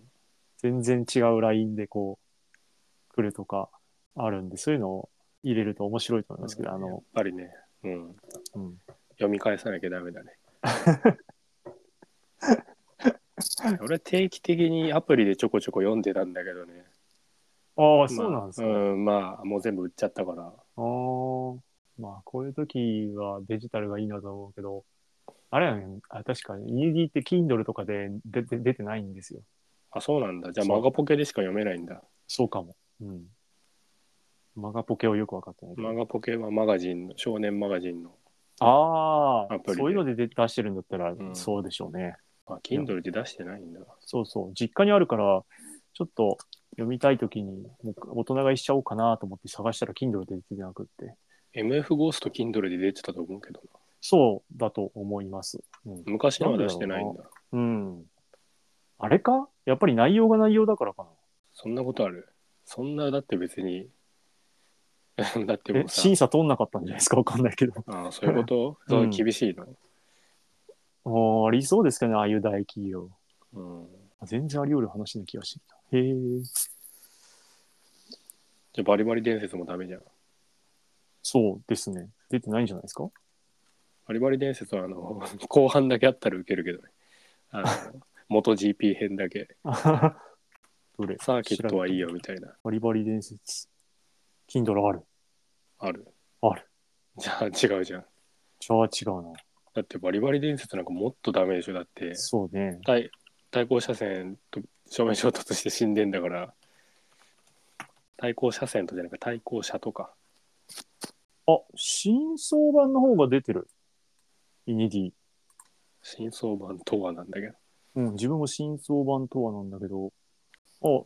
[SPEAKER 2] 全然違うラインでこう、来るとかあるんで、そういうのを入れると面白いと思いますけど、あ
[SPEAKER 1] やっ
[SPEAKER 2] の、
[SPEAKER 1] ぱりね、うん。
[SPEAKER 2] うん。
[SPEAKER 1] 読み返さなきゃダメだね。俺定期的にアプリでちょこちょこ読んでたんだけどね。
[SPEAKER 2] ああ、
[SPEAKER 1] ま
[SPEAKER 2] そうなんですか。
[SPEAKER 1] あ
[SPEAKER 2] あ
[SPEAKER 1] うん、まあもう全部売っちゃったから。
[SPEAKER 2] あーまあ、こういう時はデジタルがいいなと思うけど、あれやね、あ確かに ED って Kindle とかで出て出てないんですよ。
[SPEAKER 1] あ、そうなんだ。じゃあ
[SPEAKER 2] そう
[SPEAKER 1] マガポケでしか読めないんだ。
[SPEAKER 2] そうかも。うん。マガポケをよく分かってないけど。
[SPEAKER 1] マガポケはマガジンの、少年マガジンの。
[SPEAKER 2] あ
[SPEAKER 1] アプリ
[SPEAKER 2] あ、
[SPEAKER 1] で
[SPEAKER 2] そういうので出出してるんだったら
[SPEAKER 1] う、ん
[SPEAKER 2] そうでしょうね。
[SPEAKER 1] あ、Kindle で出してないんだ。
[SPEAKER 2] そうそう。実家にあるから、ちょっと読みたいときに、もう大人買いしちゃおうかなと思って探したら Kindle で出てなくって。
[SPEAKER 1] MF ゴースト Kindle で出てたと思うけどな。
[SPEAKER 2] そうだと思います。うん。
[SPEAKER 1] 昔のは出してないんだ。
[SPEAKER 2] うん、あれかやっぱり内容が内容だからか
[SPEAKER 1] そんなことあるそんな、だって別に。 [LAUGHS] だって
[SPEAKER 2] な。
[SPEAKER 1] も
[SPEAKER 2] え
[SPEAKER 1] う、さ
[SPEAKER 2] 審。査通んなかったんじゃないですかわ [LAUGHS] かんないけど。
[SPEAKER 1] あそういうこ
[SPEAKER 2] [LAUGHS]
[SPEAKER 1] と、そううん厳しいの。
[SPEAKER 2] もうありそうですかね、ああいう大企業。
[SPEAKER 1] うん。
[SPEAKER 2] 全然あり得る話な気がしてきた。へえ。
[SPEAKER 1] じゃあバリバリ伝説もダメじゃん。
[SPEAKER 2] そうですね。出てないんじゃないですか [LAUGHS]
[SPEAKER 1] バリバリ伝説はあの [LAUGHS] 後半だけあったらウケるけどね。あの元 GP 編だけ
[SPEAKER 2] どれ
[SPEAKER 1] サーキットはいい
[SPEAKER 2] よ。
[SPEAKER 1] よみたいな
[SPEAKER 2] バリバリ伝説。Kindle ある。
[SPEAKER 1] ある
[SPEAKER 2] ある。
[SPEAKER 1] じゃあ違うじゃん。
[SPEAKER 2] じゃあ違うな。
[SPEAKER 1] だってバリバリ伝説なんかもっとダメでしょだって
[SPEAKER 2] そうね。
[SPEAKER 1] 第対向車線と正面衝突して死んでんだから対向車線とじゃなくて対向車とか
[SPEAKER 2] あ、新装版の方が出てる。イニディ。
[SPEAKER 1] 新装版とはなんだけど
[SPEAKER 2] うん、自分も新装版とはなんだけど。あ、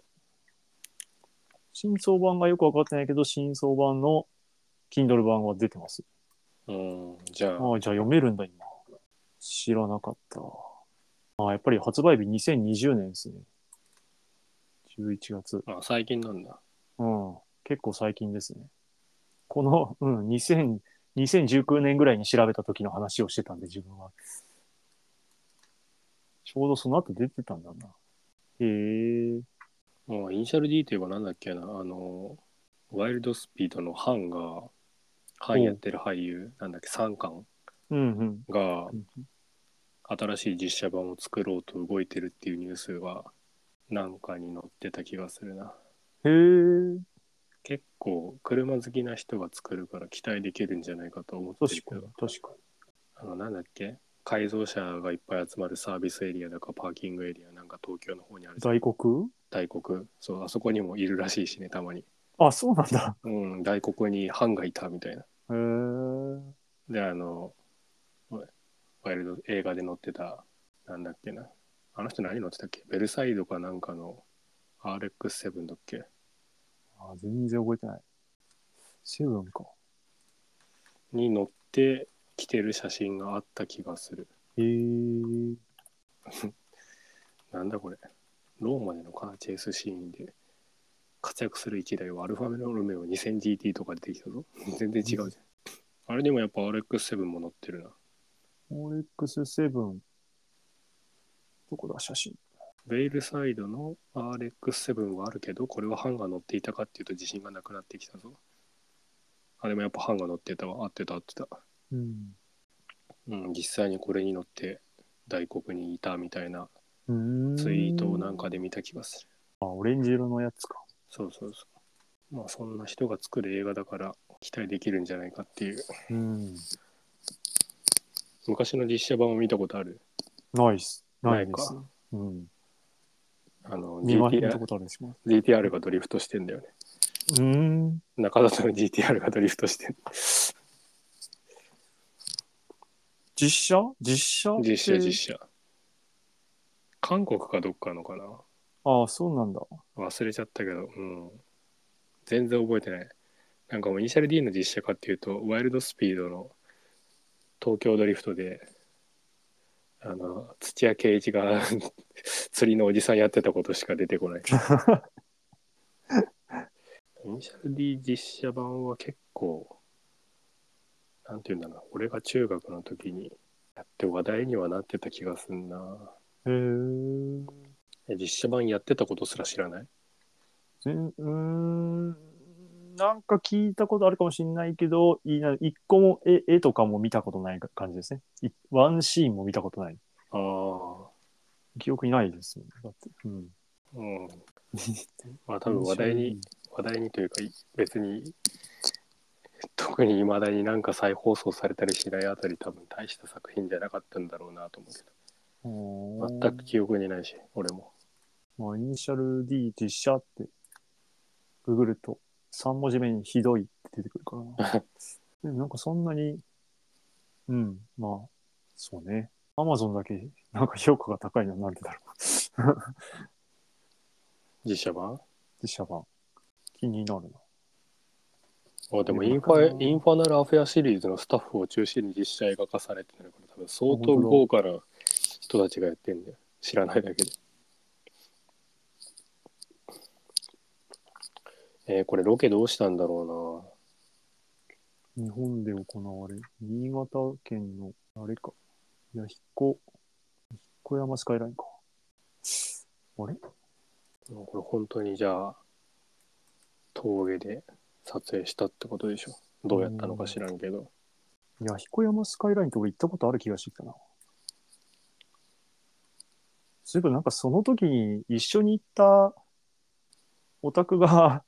[SPEAKER 2] 新装版がよくわかってないけど、新装版の Kindle 版は出てます。
[SPEAKER 1] うんじゃあ
[SPEAKER 2] ああ、じゃあ読めるんだ、今。知らなかった。ああ、やっぱり発売日2020年ですね。11月。
[SPEAKER 1] あ最近なんだ
[SPEAKER 2] うん。結構最近ですね。この、うん、2000 2019年ぐらいに調べた時の話をしてたんで、自分は。ちょうどその後出てたんだな。へえ。
[SPEAKER 1] もうイニシャル D といえばなんだっけなあのワイルドスピードのハンがハンやってる俳優なんだっけ3巻
[SPEAKER 2] うんうん。
[SPEAKER 1] が
[SPEAKER 2] うん
[SPEAKER 1] 新しい実写版を作ろうと動いてるっていうニュースがなんかに載ってた気がするな
[SPEAKER 2] へえ。
[SPEAKER 1] 結構車好きな人が作るから期待できるんじゃないかと思って
[SPEAKER 2] 確
[SPEAKER 1] る
[SPEAKER 2] か
[SPEAKER 1] け
[SPEAKER 2] に
[SPEAKER 1] ど、
[SPEAKER 2] 確か
[SPEAKER 1] あのなんだっけ改造車がいっぱい集まるサービスエリアだかパーキングエリアなんか東京の方にあるじゃん
[SPEAKER 2] に。外国
[SPEAKER 1] 大国そうあそこにもいるらしいしねたまに
[SPEAKER 2] あ、そうなんだ。
[SPEAKER 1] うん大国にハンがいたみたいな
[SPEAKER 2] へえ。
[SPEAKER 1] であのワイルド映画で乗ってたなんだっけなあの人何乗ってたっけベルサイドかなんかの RX7 だっけ
[SPEAKER 2] あ全然覚えてない。セブンか。
[SPEAKER 1] に乗ってきてる写真があった気がする
[SPEAKER 2] へえ。
[SPEAKER 1] なんだこれローマでのカーチェイスシーンで活躍する一台はアルファメロメオ 2000GT とか出てきたぞ全然違うじゃんあれでもやっぱ RX7 も乗ってるな
[SPEAKER 2] OX7。どこだ、写真。
[SPEAKER 1] ベイルサイドの RX7 はあるけどこれはハンが乗っていたかっていうと自信がなくなってきたぞあでもやっぱハンが乗ってたわ合ってた合ってた
[SPEAKER 2] うん。
[SPEAKER 1] うん実際にこれに乗って大黒にいたみたいな
[SPEAKER 2] うーん
[SPEAKER 1] ツイートをなんかで見た気がする
[SPEAKER 2] あ、オレンジ色のやつか。
[SPEAKER 1] そうそうそう。まあそんな人が作る映画だから期待できるんじゃないかっていう。
[SPEAKER 2] うん。
[SPEAKER 1] 昔の実写版を見たことある
[SPEAKER 2] ナイス。
[SPEAKER 1] な
[SPEAKER 2] ナイ
[SPEAKER 1] い
[SPEAKER 2] ス
[SPEAKER 1] か。。
[SPEAKER 2] うん。
[SPEAKER 1] あの
[SPEAKER 2] 見ました
[SPEAKER 1] GTR,
[SPEAKER 2] ことあるします。
[SPEAKER 1] GTR がドリフトしてんだよね。
[SPEAKER 2] うーん。
[SPEAKER 1] 中里の GTR がドリフトしてん
[SPEAKER 2] 実写実写って
[SPEAKER 1] 実写実写。韓国かどっかのかな
[SPEAKER 2] ああ、そうなんだ。
[SPEAKER 1] 忘れちゃったけど、うん。全然覚えてない。なんかもうイニシャル D の実写化っていうと、ワイルドスピードの東京ドリフトで、あの、土屋圭一が [LAUGHS] 釣りのおじさんやってたことしか出てこない。イニシャル D 実写版は結構、なんていうんだろうな、俺が中学の時にやって話題にはなってた気がすんな。
[SPEAKER 2] へえ。
[SPEAKER 1] え実写版やってたことすら知らない
[SPEAKER 2] ぜんうーん。なんか聞いたことあるかもしれないけど、いいな一個も絵絵とかも見たことない感じですね。いワンシーンも見たことない。
[SPEAKER 1] ああ。
[SPEAKER 2] 記憶にないですもん。だって。うん。
[SPEAKER 1] うん、まあ多分話題に話題にというかい別に [LAUGHS] 特に未だになんか再放送されたりしないあたり多分大した作品じゃなかったんだろうなと思うけ
[SPEAKER 2] う
[SPEAKER 1] ど
[SPEAKER 2] ん。
[SPEAKER 1] 全く記憶にないし俺も
[SPEAKER 2] まあ、イニシャル D 実写って、ググると3文字目にひどいって出てくるから
[SPEAKER 1] [LAUGHS]
[SPEAKER 2] な。でもなんかそんなに、うん、まあ、そうね。アマゾンだけ、なんか評価が高いのはなんでだろう。
[SPEAKER 1] 実写版
[SPEAKER 2] 実写版。気になるな。
[SPEAKER 1] あでも
[SPEAKER 2] いや
[SPEAKER 1] インファ
[SPEAKER 2] わかんない
[SPEAKER 1] インファナルアフェアシリーズのスタッフを中心に実写映画化されてるから多分相当豪華な人たちがやってんだよ知らないだけで、えーこれロケどうしたんだろうな
[SPEAKER 2] 日本で行われ、新潟県の、あれか、弥彦、彦山スカイラインか。あれ
[SPEAKER 1] もうこれ本当にじゃあ峠で撮影したってことでしょどうやったのか知らんけど、
[SPEAKER 2] いや、彦山スカイラインって俺行ったことある気がしてきたな。そういえばなんかその時に一緒に行ったオタクが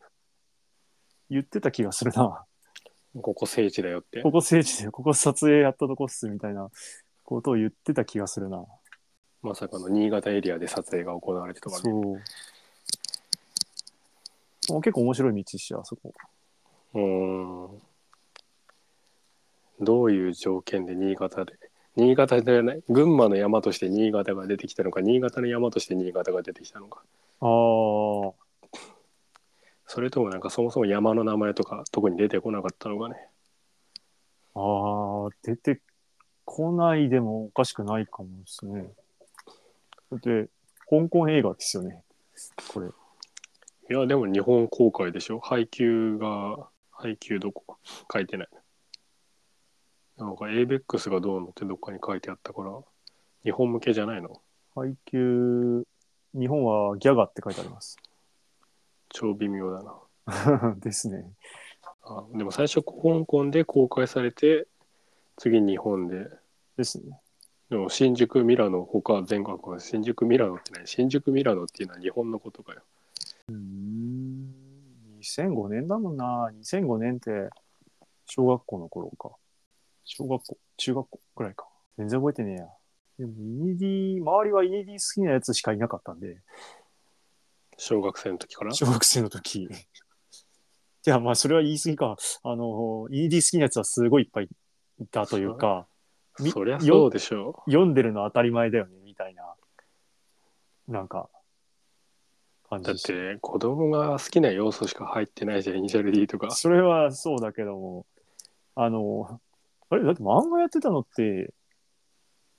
[SPEAKER 2] [LAUGHS] 言ってた気がするな。
[SPEAKER 1] ここ聖地だよって
[SPEAKER 2] ここ聖地で、ここ撮影やったとこっすみたいなことを言ってた気がするな。
[SPEAKER 1] まさかの新潟エリアで撮影が行われてたわけ
[SPEAKER 2] そう。もう結構面白い道っしょ、あそこ。
[SPEAKER 1] うーんどういう条件で新潟で新潟じゃない群馬の山として新潟が出てきたのか新潟の山として新潟が出てきたのか
[SPEAKER 2] あ
[SPEAKER 1] それともなんかそもそも山の名前とか特に出てこなかったのかね
[SPEAKER 2] あ、ああ、出てこないでもおかしくないかもですね。だって、香港映画ですよね。これ。
[SPEAKER 1] いやでも日本公開でしょ配給が配給どこ書いてないなんか ABEX がどうのってどっかに書いてあったから日本向けじゃないの
[SPEAKER 2] 配給、日本はギャガって書いてあります。 [LAUGHS]
[SPEAKER 1] 超微妙だな
[SPEAKER 2] ですね。
[SPEAKER 1] あでも最初香港で公開されて次日本で
[SPEAKER 2] ですね。
[SPEAKER 1] でも新宿ミラノ他全国は新宿ミラノってない新宿ミラノっていうのは日本のことかよ
[SPEAKER 2] うーん。2005年だもんな。2005年って、小学校の頃か。小学校、中学校くらいか。全然覚えてねえや。でも、イニディ、周りはイニディ好きなやつしかいなかったんで、
[SPEAKER 1] 小学生の時から
[SPEAKER 2] 小学生の時。いや、まあ、それは言い過ぎか。あの、イニディ好きなやつはすごいいっぱいいたという
[SPEAKER 1] [LAUGHS]
[SPEAKER 2] か、み
[SPEAKER 1] そりゃそうでしょ
[SPEAKER 2] 読んでるの当たり前だよね、みたいな、なんか、感
[SPEAKER 1] う
[SPEAKER 2] じ
[SPEAKER 1] だっ
[SPEAKER 2] でした
[SPEAKER 1] て子供が好きな要素しか入ってないじゃんイニシャル D とか
[SPEAKER 2] それはそうだけども、あの、あれだって漫画やってたのって、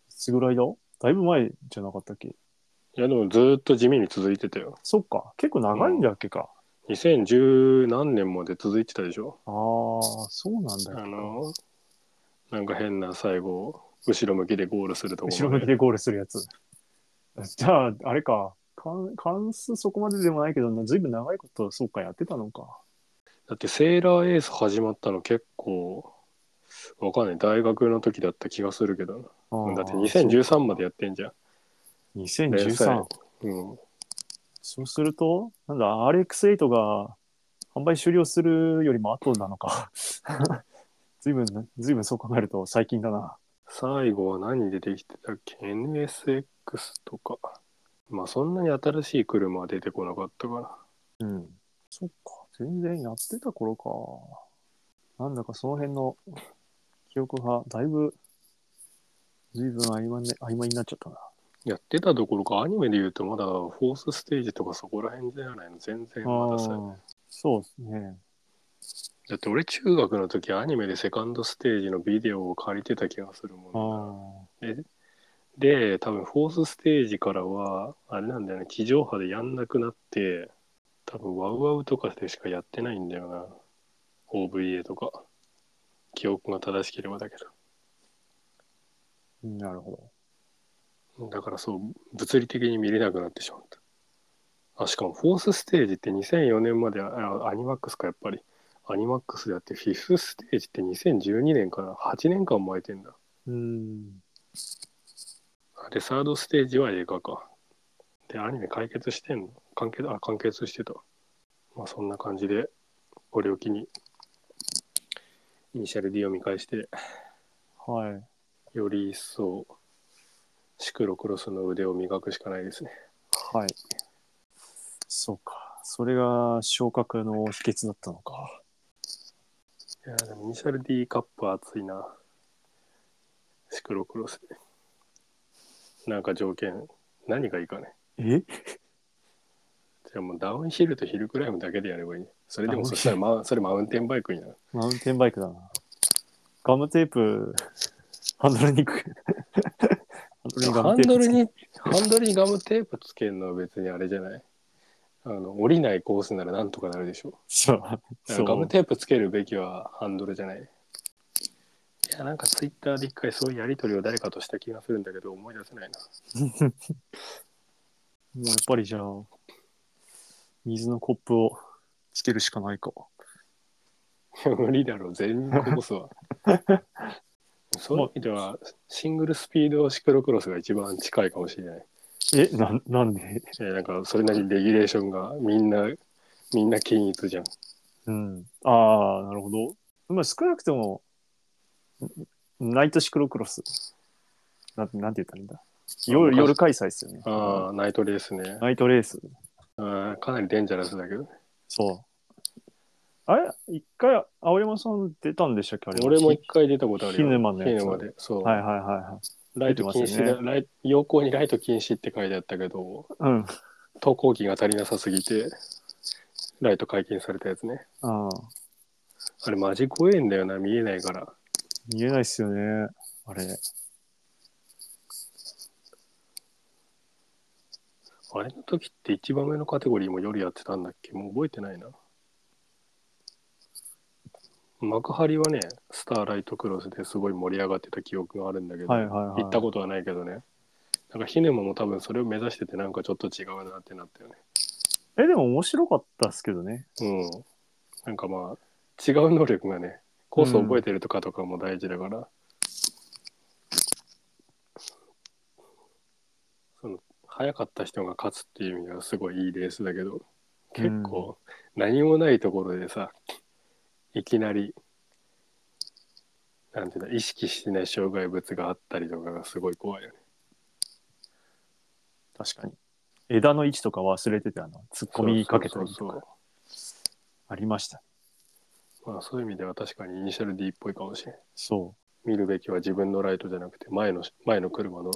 [SPEAKER 2] いつぐらいだだいぶ前じゃなかったっけ
[SPEAKER 1] いやでもずーっと地味に続いてたよ
[SPEAKER 2] そっか、結構長いんだっけか。
[SPEAKER 1] 2010何年まで続いてたでしょ
[SPEAKER 2] ああ、そうなん
[SPEAKER 1] あ
[SPEAKER 2] だよ。
[SPEAKER 1] のなんか変な最後後ろ向きでゴールするとこ
[SPEAKER 2] 後ろ
[SPEAKER 1] ま
[SPEAKER 2] 向き
[SPEAKER 1] で
[SPEAKER 2] でゴールするやつ。じゃあ、あれか、関関数そこまででもないけど、ずいぶん長いこと、そうか、やってたのか。
[SPEAKER 1] だってセーラーエース始まったの結構わかんない大学の時だった気がするけど
[SPEAKER 2] あ
[SPEAKER 1] な
[SPEAKER 2] ー
[SPEAKER 1] だって2013までやってんじゃん連載
[SPEAKER 2] 2013。
[SPEAKER 1] うん
[SPEAKER 2] そうすると、なんだ、RX8 が販売終了するよりも後なのか。 [LAUGHS] ずいぶん、ずいぶんそう考えると最近だな。
[SPEAKER 1] 最後は何出てきてたっけ NSX とかまあそんなに新しい車は出てこなかったから
[SPEAKER 2] うん。そっか、全然やってた頃か。なんだかその辺の記憶がだいぶ、ずいぶん曖昧,、ね、曖昧になっちゃったな。
[SPEAKER 1] やってたどころかアニメで言うとまだフォースステージとかそこら辺じゃないの全然まださ
[SPEAKER 2] あーそうですね。
[SPEAKER 1] だって俺中学の時アニメでセカンドステージのビデオを借りてた気がするもん
[SPEAKER 2] あ
[SPEAKER 1] な
[SPEAKER 2] あ。
[SPEAKER 1] で多分フォースステージからはあれなんだよね地上波でやんなくなって多分ワウワウとかでしかやってないんだよな OVA とか記憶が正しければだけ
[SPEAKER 2] なるほ
[SPEAKER 1] どだからそう物理的に見れなくなってしまったあしかもフォースステージって2004年まであアニマックスかやっぱりアニマックスであってフィフスステージって2012年から8年間巻いてんだ
[SPEAKER 2] ど。うん。
[SPEAKER 1] で、サードステージは映画か。で、アニメ解決してんの完結、あ、完結してた。まあ、そんな感じで、これを機に、イニシャル D を見返して、
[SPEAKER 2] はい。
[SPEAKER 1] より一層、シクロクロスの腕を磨くしかないですね。
[SPEAKER 2] はい。そうか。それが昇格の秘訣だったのか。
[SPEAKER 1] いやー、でもイニシャル D カップは熱いな。シクロクロスで。なんか条件、何がいいかね。
[SPEAKER 2] え
[SPEAKER 1] じゃあもうダウンヒルとヒルクライムだけでやればいいね。それでも
[SPEAKER 2] ダウンヒル
[SPEAKER 1] そしたら、まあ、それマウンテンバイクになる。
[SPEAKER 2] マウンテンバイクだな。ガムテープ、 [LAUGHS] ハンドル
[SPEAKER 1] [LAUGHS]
[SPEAKER 2] にく、
[SPEAKER 1] ハンドル
[SPEAKER 2] つけ
[SPEAKER 1] に、ハンドルにガムテープつけるのは別にあれじゃないあの、降りないコースならなんとかなるでしょ
[SPEAKER 2] そう。
[SPEAKER 1] だ
[SPEAKER 2] そ
[SPEAKER 1] からガ
[SPEAKER 2] う
[SPEAKER 1] ム。テープつけるべきはハンドルじゃない。いや、なんかツイッターで一回そういうやりとりを誰かとした気がするんだけど、思い出せないな。
[SPEAKER 2] もうやっぱりじゃあ、水のコップをつけるしかないか。
[SPEAKER 1] いや無理だろう、全員コー
[SPEAKER 2] [LAUGHS]
[SPEAKER 1] スは。そういう意味では、シングルスピードシクロクロスが一番近いかもしれない。
[SPEAKER 2] え、な、なんで
[SPEAKER 1] えなんか、それなりにレギュレーションがみんな、みんな均一じゃん。
[SPEAKER 2] うん。ああ、なるほど。まあ少なくとも、んナイトシクロクロス。なんなんて言ったらいいんだ。夜
[SPEAKER 1] 昔
[SPEAKER 2] 夜開催ですよね。
[SPEAKER 1] ああ、ナイトレースね。
[SPEAKER 2] ナイトレース。
[SPEAKER 1] あーかなりデンジャラスだけど。
[SPEAKER 2] そう。あれ一回、青山さん出たんでしたっけあれ
[SPEAKER 1] 俺も一回出たことあるよ。
[SPEAKER 2] ヒヌマのやつ
[SPEAKER 1] ヒヌマで。そう。
[SPEAKER 2] はいはいはい
[SPEAKER 1] ライト禁止
[SPEAKER 2] 出てます
[SPEAKER 1] だ、
[SPEAKER 2] よ
[SPEAKER 1] ライ要項にライト禁止って書いてあったけど、
[SPEAKER 2] はい。うん。
[SPEAKER 1] 投稿機が足りなさすぎて、ライト解禁されたやつね。
[SPEAKER 2] ああ、
[SPEAKER 1] あれマジ怖えんだよな、見えないから。
[SPEAKER 2] 見えないっすよね。あれ。
[SPEAKER 1] あれの時って一番上のカテゴリーも夜やってたんだっけもう覚えてないな。幕張はね、スターライトクロスですごい盛り上がってた記憶があるんだけど、
[SPEAKER 2] はいはいはい。
[SPEAKER 1] 行ったことはないけどね。なんかヒネマも多分それを目指しててなんかちょっと違うなってなったよね。
[SPEAKER 2] え、でも面白かったっすけどね。
[SPEAKER 1] うん。なんかまあ、違う能力がね、コースを覚えてるとかとかも大事だから、その、速かった人が勝つっていう意味ではすごいいいレースだけど、結構、何もないところでさ、いきなり、なんていうの、意識してない障害物があったりとかがすごい怖いよね。
[SPEAKER 2] 確かに。枝の位置とか忘れてて、あの、突っ込みかけたり
[SPEAKER 1] そ
[SPEAKER 2] と
[SPEAKER 1] うそう
[SPEAKER 2] かありました。
[SPEAKER 1] そうまあそういう意味では確かにイニシャル D っぽいかもしれん。
[SPEAKER 2] そ
[SPEAKER 1] 見るべきは自分のライトじゃなくて前の前の車の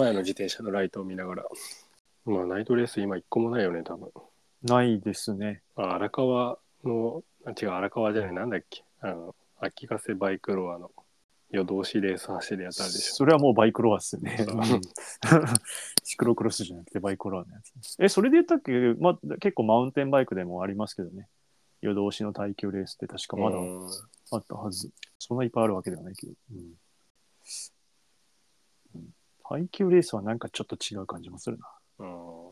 [SPEAKER 1] 前の自転車のライトを見ながらまあナイトレース今一個もないよね多分
[SPEAKER 2] う。ないですね。
[SPEAKER 1] あ荒川のあ違う荒川じゃないなんだっけあの秋ヶ瀬バイクロアの夜通しレース走るやつあるでしょ
[SPEAKER 2] それはもうバイクロアですよね。
[SPEAKER 1] うん
[SPEAKER 2] うん [LAUGHS] シクロクロスじゃなくてバイクロアのやつ。え、それで言ったっけ、まあ、結構マウンテンバイクでもありますけどね。夜通しの耐久レースって確かまだ
[SPEAKER 1] うん
[SPEAKER 2] あったはず。そんないっぱいあるわけではないけど。うんうん耐久レースはなんかちょっと違う感じもするな。 [LAUGHS]
[SPEAKER 1] うん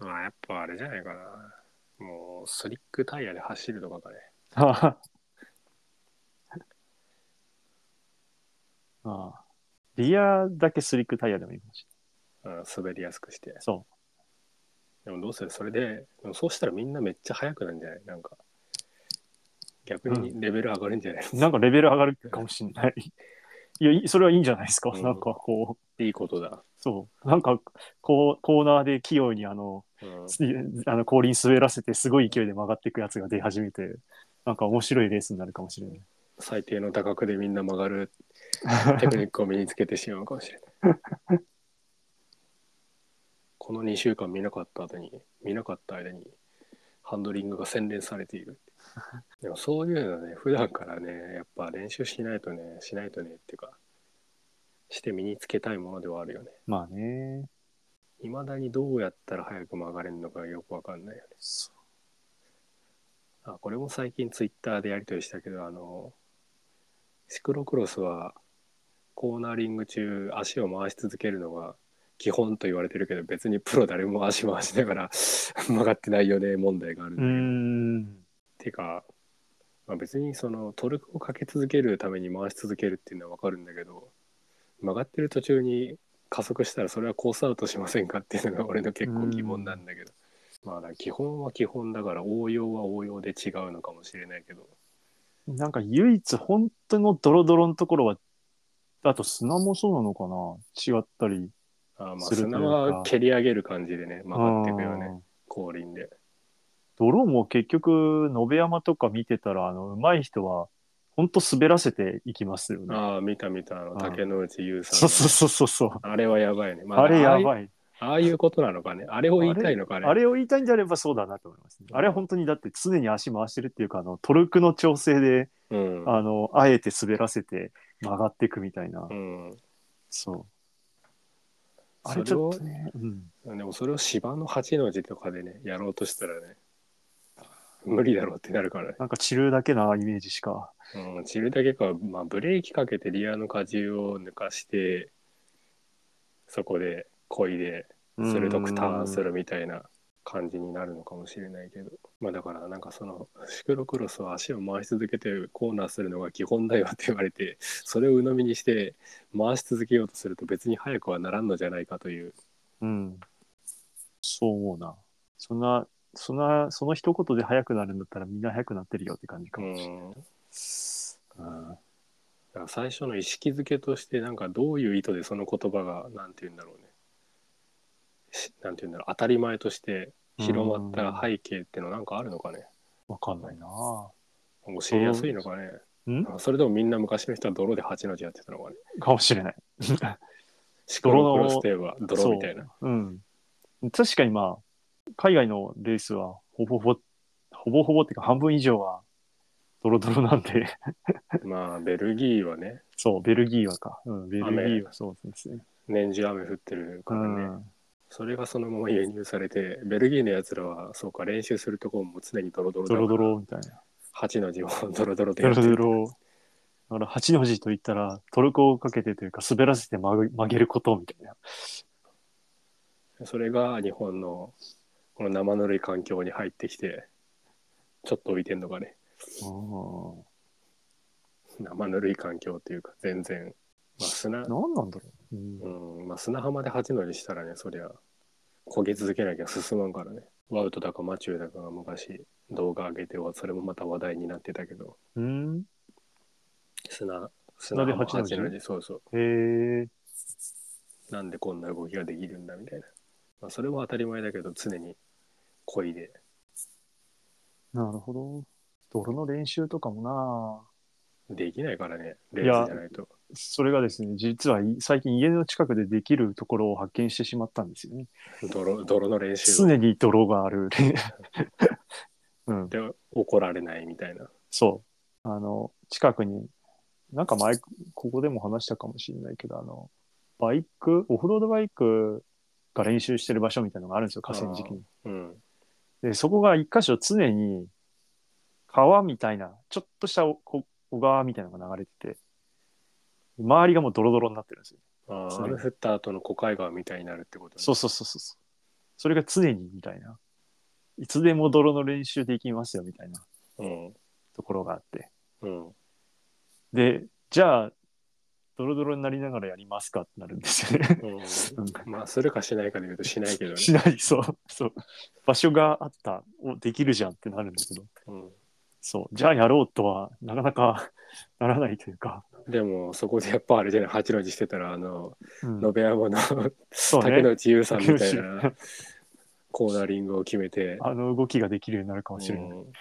[SPEAKER 1] まあやっぱあれじゃないかなもうスリックタイヤで走るとかかね
[SPEAKER 2] ああ。リアだけスリックタイヤでもいいかもし
[SPEAKER 1] うん滑りやすくして
[SPEAKER 2] れない。そ
[SPEAKER 1] でもどうせそれで、でもそうしたらみんなめっちゃ速くなるんじゃないなんか、逆にレベル上がるんじゃない、
[SPEAKER 2] う。なんかレベル上がるかもしれない。いや、いそれはいいんじゃないですか。
[SPEAKER 1] うん
[SPEAKER 2] なんかこう、
[SPEAKER 1] いいことだ。
[SPEAKER 2] そう。なんか、こう、コーナーで器用にあの、
[SPEAKER 1] うん
[SPEAKER 2] すあの後輪滑らせて、すごい勢いで曲がっていくやつが出始めて、なんか面白いレースになるかもしれない。
[SPEAKER 1] 最低の高くでみんな曲が [LAUGHS] るテクニックを身につけてしまうかもしれない。 [LAUGHS] この2週間見なかった間に、見なかった間に、ハンドリングが洗練されてい [LAUGHS] る。でもそういうのね、普段からね、やっぱ練習しないとね、しないとねっていうか、して身につけたいものではあるよね。
[SPEAKER 2] まあね。
[SPEAKER 1] いまだにどうやったら早く曲がれるのかよくわかんないよね。あこれも最近ツイッターでやり取りしたけどあのシクロクロスはコーナーリング中足を回し続けるのが基本と言われてるけど別にプロ誰も足回しながら [LAUGHS] 曲がってないよね問題があるん
[SPEAKER 2] う
[SPEAKER 1] だ
[SPEAKER 2] ー
[SPEAKER 1] けど
[SPEAKER 2] ん。
[SPEAKER 1] てか、まあ、別にそのトルクをかけ続けるために回し続けるっていうのはわかるんだけど曲がってる途中に加速したらそれはコースアウトしませんかっていうのが俺の結構疑問なんだけど、まあだから基本は基本だから応用は応用で違うのかもしれないけど
[SPEAKER 2] なんか唯一本当のドロドロのところは、あと砂もそうなのかな違ったり。
[SPEAKER 1] あーまあ
[SPEAKER 2] するというか
[SPEAKER 1] 砂は蹴り上げる感じでね曲がっていくよね
[SPEAKER 2] うん
[SPEAKER 1] 後輪で
[SPEAKER 2] 泥も結局、野辺山とか見てたら、あの、上手い人は、本当滑らせていきますよね。
[SPEAKER 1] ああ見た見たあの
[SPEAKER 2] うん
[SPEAKER 1] 竹野内優さん
[SPEAKER 2] そうそうそうそうそう。
[SPEAKER 1] のあれはやばいね、ま
[SPEAKER 2] あれや
[SPEAKER 1] ああ
[SPEAKER 2] ばい。
[SPEAKER 1] ああいうことなのかねあれを言いたいのかね
[SPEAKER 2] あれを言いたいんであればそうだなと思いますね。あれは本当にだって常に足回してるっていうか、あの、トルクの調整で、
[SPEAKER 1] うん、
[SPEAKER 2] あの、あえて滑らせて曲がっていくみたいな。
[SPEAKER 1] うん、
[SPEAKER 2] そう。あ
[SPEAKER 1] そ
[SPEAKER 2] れ
[SPEAKER 1] れ
[SPEAKER 2] ちょ
[SPEAKER 1] を
[SPEAKER 2] っとね。うん。
[SPEAKER 1] でもそれを芝の八の字とかでねやろうとしたらね無理だろうってなるからね、
[SPEAKER 2] なんか散るだけなイメージしか。
[SPEAKER 1] うん、散るだけか、まあ、ブレーキかけてリアの荷重を抜かしてそこで漕いで鋭くターンするみたいな感じになるのかもしれないけどまあだからなんかそのシクロクロスは足を回し続けてコーナーするのが基本だよって言われてそれを鵜呑みにして回し続けようとすると別に早くはならんのじゃないかという
[SPEAKER 2] うん。そう思うな。そんな、そんな、その一言で速くなるんだったらみんな速くなってるよって感じか
[SPEAKER 1] う
[SPEAKER 2] もしれない。
[SPEAKER 1] ん
[SPEAKER 2] うん。
[SPEAKER 1] だから最初の意識づけとしてなんかどういう意図でその言葉がなんて言うんだろうねしなんて言うんだろう当たり前として広まった背景ってのなんかあるのかね
[SPEAKER 2] わかんないな
[SPEAKER 1] 教えやすいのかね
[SPEAKER 2] ん
[SPEAKER 1] あそれでもみんな昔の人は泥で8の字やってたのかね
[SPEAKER 2] かもしれない。
[SPEAKER 1] シコロクロステーは泥みたいな
[SPEAKER 2] うん。確かにまあ、海外のレースは、ほぼほぼ、ほぼほぼっていうか半分以上は、ドロドロなんで、 [LAUGHS]
[SPEAKER 1] まあベルギーはね
[SPEAKER 2] そう、ベルギーはか。うん、ベルギーはそうですね。
[SPEAKER 1] 年中雨降ってるか
[SPEAKER 2] う
[SPEAKER 1] らね、
[SPEAKER 2] ん。
[SPEAKER 1] それがそのまま輸入されてベルギーのやつらはそうか練習するとこも常にドロドロだか
[SPEAKER 2] ド
[SPEAKER 1] ら
[SPEAKER 2] ロドロみたいな。
[SPEAKER 1] 8の字をドロドロで
[SPEAKER 2] ド
[SPEAKER 1] やっ
[SPEAKER 2] ロ
[SPEAKER 1] てる
[SPEAKER 2] ドロ。だから、八の字と言ったら、トルコをかけてというか、滑らせて曲げ曲げることみたいな。
[SPEAKER 1] それが日本のこの生ぬるい環境に入ってきてちょっと浮いてんのがね
[SPEAKER 2] うん。
[SPEAKER 1] 生ぬるい環境っていうか全然、まあ、砂、
[SPEAKER 2] 何なんだろう。うん
[SPEAKER 1] うんまあ、砂浜で8の字したらねそりゃ焦げ続けなきゃ進まんからねワウトだかマチューだかが昔動画上げてはそれもまた話題になってたけど
[SPEAKER 2] うん。
[SPEAKER 1] 砂砂
[SPEAKER 2] で
[SPEAKER 1] 浜
[SPEAKER 2] 八の字
[SPEAKER 1] 8の字そうそう
[SPEAKER 2] へえ。
[SPEAKER 1] なんでこんな動きができるんだみたいな、まあ、それも当たり前だけど常に恋で
[SPEAKER 2] なるほど。泥の練習とかもな
[SPEAKER 1] できないからねレ
[SPEAKER 2] いや
[SPEAKER 1] ースじゃないと
[SPEAKER 2] それがですね、実はい最近家の近くでできるところを発見してしまったんですよね。
[SPEAKER 1] 泥泥の練習を
[SPEAKER 2] 常に泥がある。うん、
[SPEAKER 1] で怒られないみたいな
[SPEAKER 2] そう。あの、近くに、なんか前、ここでも話したかもしれないけど、あの、バイク、オフロードバイクが練習してる場所みたいなのがあるんですよ、河川敷に。
[SPEAKER 1] うん
[SPEAKER 2] で、そこが一箇所常に川みたいな、ちょっとしたおこ小川みたいなのが流れてて、周りがもうドロドロになってるんですよ。
[SPEAKER 1] あ
[SPEAKER 2] 常
[SPEAKER 1] あ
[SPEAKER 2] に
[SPEAKER 1] 雨降った後の小海川みたいになるってこと、ね、
[SPEAKER 2] そうそうそうそうそう。それが常にみたいな。いつでも泥の練習できますよみたいな
[SPEAKER 1] うん
[SPEAKER 2] ところがあって。
[SPEAKER 1] うん [LAUGHS]
[SPEAKER 2] で、じゃあ、ドロドロになりながらやりますかってなるんです
[SPEAKER 1] [LAUGHS]
[SPEAKER 2] よね。
[SPEAKER 1] う
[SPEAKER 2] うん
[SPEAKER 1] ん、まあするかしないかで言うとしないけどね、
[SPEAKER 2] しない、そう、そう。場所があった、おできるじゃんってなるんだけど、
[SPEAKER 1] うん、
[SPEAKER 2] そう、じゃあやろうとはなかなか [LAUGHS] ならないというか、
[SPEAKER 1] でもそこでやっぱあれじゃない八の字してたらあの
[SPEAKER 2] うん
[SPEAKER 1] 野、辺山の
[SPEAKER 2] そう
[SPEAKER 1] 竹野
[SPEAKER 2] ね、
[SPEAKER 1] 内優さんみたいなコーナリングを決めて
[SPEAKER 2] あの動きができるようになるかもしれない。
[SPEAKER 1] うん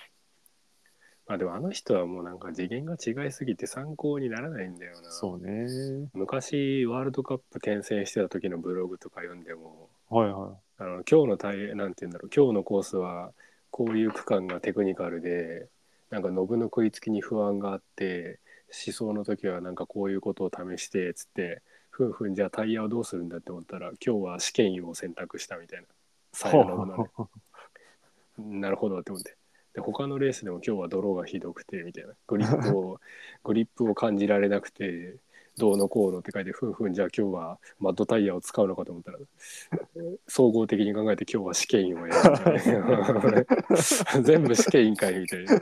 [SPEAKER 1] まあでもあの人はもうなんか次元が違いすぎて参考にならないんだよな
[SPEAKER 2] そうね、
[SPEAKER 1] 昔ワールドカップ転戦してた時のブログとか読んでも
[SPEAKER 2] はいは
[SPEAKER 1] あの今日の大なんて言うんだろう今日のコースはこういう区間がテクニカルでなんかノブの食いつきに不安があって思想の時はなんかこういうことを試してつってふんふんじゃあタイヤをどうするんだって思ったら今日は試験用を選択したみたいな最後のね
[SPEAKER 2] い。
[SPEAKER 1] なるほどって思って。で他のレースでも今日はドローがひどくてみたいなグリップをグリップを感じられなくてどうのこうのって書いてふんふんじゃあ今日はマッドタイヤを使うのかと思ったら総合的に考えて今日は試験員をやるみたいな全部試験委員会みたいな。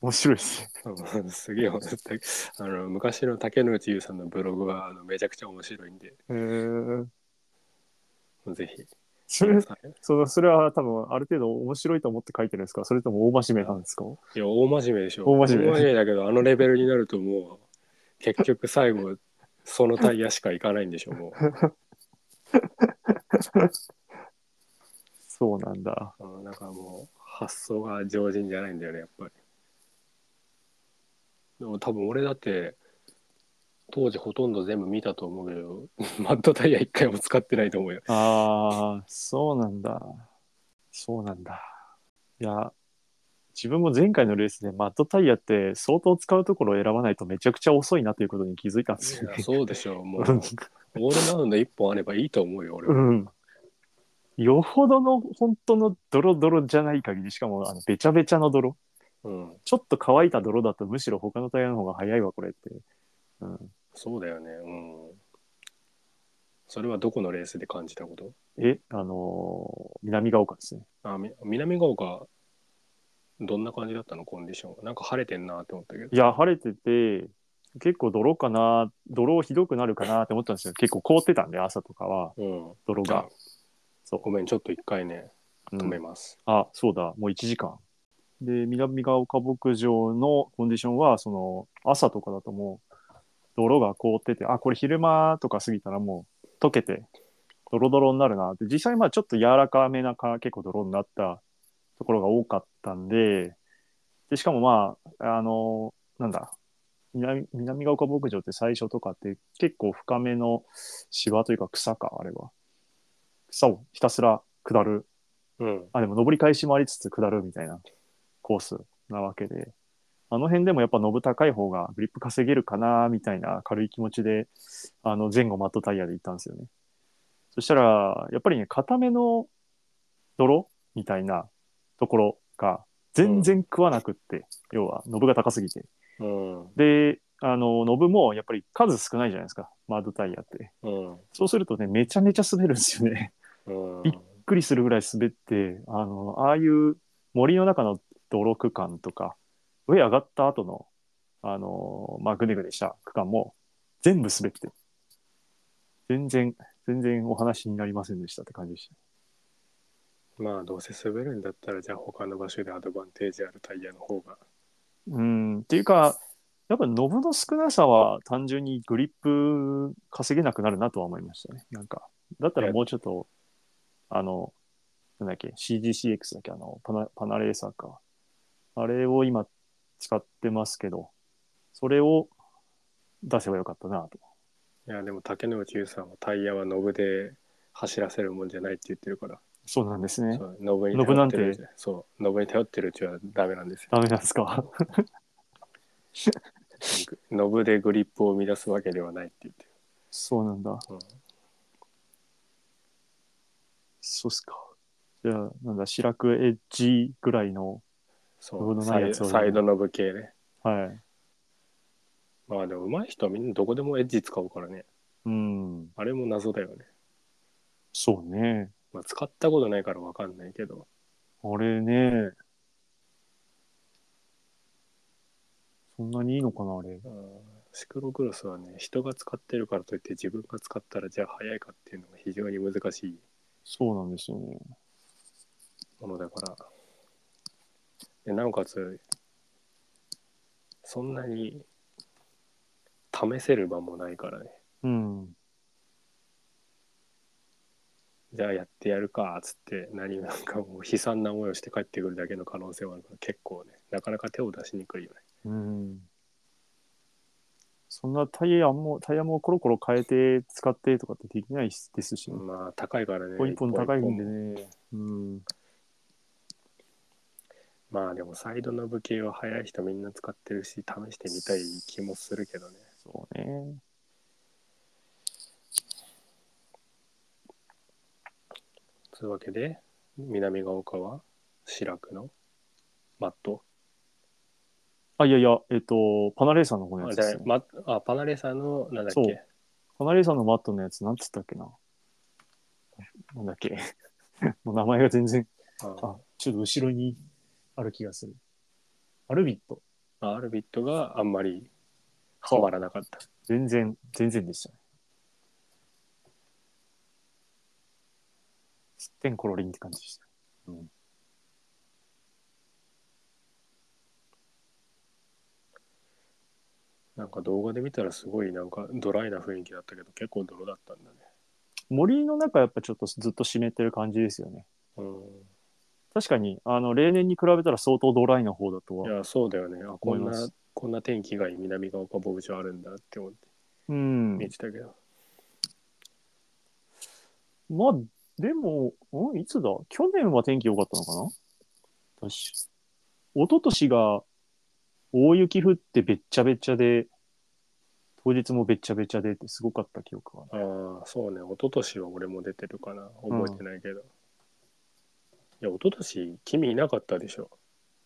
[SPEAKER 2] 面白いですね。
[SPEAKER 1] うんすげえ本当にあの昔の竹野内優さんのブログはあのめちゃくちゃ面白いんで
[SPEAKER 2] へー
[SPEAKER 1] ぜひ
[SPEAKER 2] それそのそれは多分ある程度面白いと思って書いてるんですかそれとも大真面目なんですか
[SPEAKER 1] いや大真面目でしょ
[SPEAKER 2] 大真面目
[SPEAKER 1] だけどあのレベルになるともう結局最後そのタイヤしか行かないんでしょも
[SPEAKER 2] そうなんだ。
[SPEAKER 1] ううんなんかもう発想が常人じゃないんだよねやっぱりでも多分俺だって当時ほとんど全部見たと思うけど [LAUGHS] マッドタイヤ一回も使ってないと思うよ
[SPEAKER 2] ああ、そうなんだ。そうなんだ。いや、自分も前回のレースでマットタイヤって相当使うところを選ばないとめちゃくちゃ遅いなということに気づいたんです
[SPEAKER 1] い [LAUGHS]
[SPEAKER 2] よね
[SPEAKER 1] や。そうでしょもう
[SPEAKER 2] うん
[SPEAKER 1] オールラウンド一本あればいいと思うよ俺は
[SPEAKER 2] うん。よほどの本当のドロドロじゃない限り、しかもあのべちゃべちゃの泥。
[SPEAKER 1] うん
[SPEAKER 2] ちょっと乾いた泥だとむしろ他のタイヤの方が早いわ、これって。うん、
[SPEAKER 1] そうだよねうんそれはどこのレースで感じたこと
[SPEAKER 2] え、あのー南が丘ですね。
[SPEAKER 1] あみ南ヶ丘どんな感じだったのコンディションはなんか晴れてんなって思ったけど
[SPEAKER 2] いや、晴れてて、結構泥かな、泥ひどくなるかなって思ったんですよ。結構凍ってたんで、朝とかは、
[SPEAKER 1] うん
[SPEAKER 2] 泥
[SPEAKER 1] あ
[SPEAKER 2] が。そう
[SPEAKER 1] ごめんちょっと一回ね
[SPEAKER 2] うん
[SPEAKER 1] 止めます。
[SPEAKER 2] あ、そうだ、もう1時間。で、南ヶ丘牧場のコンディションは、その、朝とかだともう、泥が凍ってて、あ、これ昼間とか過ぎたらもう、溶けて、ドロドロになるなって、実際まあちょっと柔らかめなか、結構泥になったところが多かったんで、で、しかもまあ、あの、なんだ、南南ヶ丘牧場って最初とかって結構深めの芝というか草か、あれは。草をひたすら下る
[SPEAKER 1] うん。
[SPEAKER 2] あ、でも登り返しもありつつ下るみたいなコースなわけで、あの辺でもやっぱノブ高い方がグリップ稼げるかなみたいな軽い気持ちで、あの前後マットタイヤで行ったんですよね。そしたら、やっぱりね、固めの泥みたいなところが全然食わなくって、要はノブが高すぎて。
[SPEAKER 1] うん。
[SPEAKER 2] で、あの、ノブもやっぱり数少ないじゃないですか、マッドタイヤって。
[SPEAKER 1] うん。
[SPEAKER 2] そうするとね、めちゃめちゃ滑るんですよね。
[SPEAKER 1] うん。
[SPEAKER 2] いびっくりするぐらい滑ってあのああいう森の中の泥区間とか上上がった後のあのまあグネグネした区間も全部滑って全然全然お話になりませんでしたって感じでし
[SPEAKER 1] まあ、どうせ滑るんだったら、じゃあ他の場所でアドバンテージあるタイヤの方が。
[SPEAKER 2] た。うんっていうかやっぱノブの少なさは単純にグリップ稼げなくなるなとは思いましたね。なんかだったらもうちょっとあのなんだっけ CGCX だっけあのパナパナレーサーかあれを今使ってますけどそれを出せばよかったなと
[SPEAKER 1] いや、でも竹野内優さんはタイヤはノブで走らせるもんじゃないって言ってるから、
[SPEAKER 2] そうなんですね
[SPEAKER 1] そうノブに
[SPEAKER 2] ノブ
[SPEAKER 1] 頼
[SPEAKER 2] な
[SPEAKER 1] っ
[SPEAKER 2] ん
[SPEAKER 1] て
[SPEAKER 2] て
[SPEAKER 1] るうちそう、ノブに頼ってるうちはダメなんですよ。
[SPEAKER 2] ダメなんですか
[SPEAKER 1] ノブでグリップを生み出すわけではないって言ってる。
[SPEAKER 2] そうなんだ
[SPEAKER 1] うん
[SPEAKER 2] そうっすかじゃあなんだ白くエッジぐらいの
[SPEAKER 1] そ
[SPEAKER 2] ノブ
[SPEAKER 1] う
[SPEAKER 2] の
[SPEAKER 1] サ
[SPEAKER 2] ない
[SPEAKER 1] イ
[SPEAKER 2] やつをね
[SPEAKER 1] サイドノブ系ね。
[SPEAKER 2] はい
[SPEAKER 1] まあでも上手い人はみんなどこでもエッジ使うからね。
[SPEAKER 2] うん
[SPEAKER 1] あれも謎だよね。
[SPEAKER 2] そうね
[SPEAKER 1] まあ使ったことないからわかんないけど。
[SPEAKER 2] あれねそんなにいいのかなあれ
[SPEAKER 1] うんシクロクロスはね、人が使ってるからといって自分が使ったらじゃあ速いかっていうのが非常に難しい
[SPEAKER 2] そうなんですよね
[SPEAKER 1] ものだから。でなおかつ、そんなに試せる場もないからね。
[SPEAKER 2] うん
[SPEAKER 1] じゃあやってやるかっつって何なんかもう悲惨な思いをして帰ってくるだけの可能性はあるから結構ねなかなか手を出しにくいよね
[SPEAKER 2] うんそんなタイヤもタイヤもコロコロ変えて使ってとかってできないですしね、
[SPEAKER 1] まあ高いからね
[SPEAKER 2] 一本一本高いんで
[SPEAKER 1] 一本一本
[SPEAKER 2] ねうん
[SPEAKER 1] まあでもサイドの部系は速い人みんな使ってるし試してみたい気もするけどね
[SPEAKER 2] そうね
[SPEAKER 1] というわけで南が丘は白くのマット
[SPEAKER 2] あいやいやえっ、とパナレーサーの方の
[SPEAKER 1] あ
[SPEAKER 2] やつ
[SPEAKER 1] じ
[SPEAKER 2] で
[SPEAKER 1] ゃ
[SPEAKER 2] す、
[SPEAKER 1] あ,、
[SPEAKER 2] ね
[SPEAKER 1] ま、あパナレさんのなんだっ
[SPEAKER 2] そ
[SPEAKER 1] け
[SPEAKER 2] うパナレーサーのマットのやつなんつったっけななんだっけ [LAUGHS] もう名前が全然
[SPEAKER 1] あ
[SPEAKER 2] あちょっと後ろにある気がするアルビット
[SPEAKER 1] あアルビットがあんまりハマらなかった
[SPEAKER 2] 全然全然でしたねすってんころりんって感じでした
[SPEAKER 1] なんか動画で見たらすごいなんかドライな雰囲気だったけど結構泥だったんだね
[SPEAKER 2] 森の中やっぱちょっとずっと湿ってる感じですよね
[SPEAKER 1] うん
[SPEAKER 2] 確かにあの例年に比べたら相当ドライな方だと
[SPEAKER 1] い
[SPEAKER 2] は
[SPEAKER 1] やそうだよねあこん
[SPEAKER 2] 思いま
[SPEAKER 1] な
[SPEAKER 2] す
[SPEAKER 1] こんな天気がいい南が丘牧場あるんだって思って
[SPEAKER 2] うん
[SPEAKER 1] 見てたけど、
[SPEAKER 2] まあ、でも、うん、いつだ去年は天気良かったのかな確か。一昨年が大雪降ってべっちゃべっちゃで、当日もべっちゃべちゃでってすごかった記憶がある。
[SPEAKER 1] ああそうね一昨年は俺も出てるかな覚えてないけど、いや一昨年君いなかったでしょ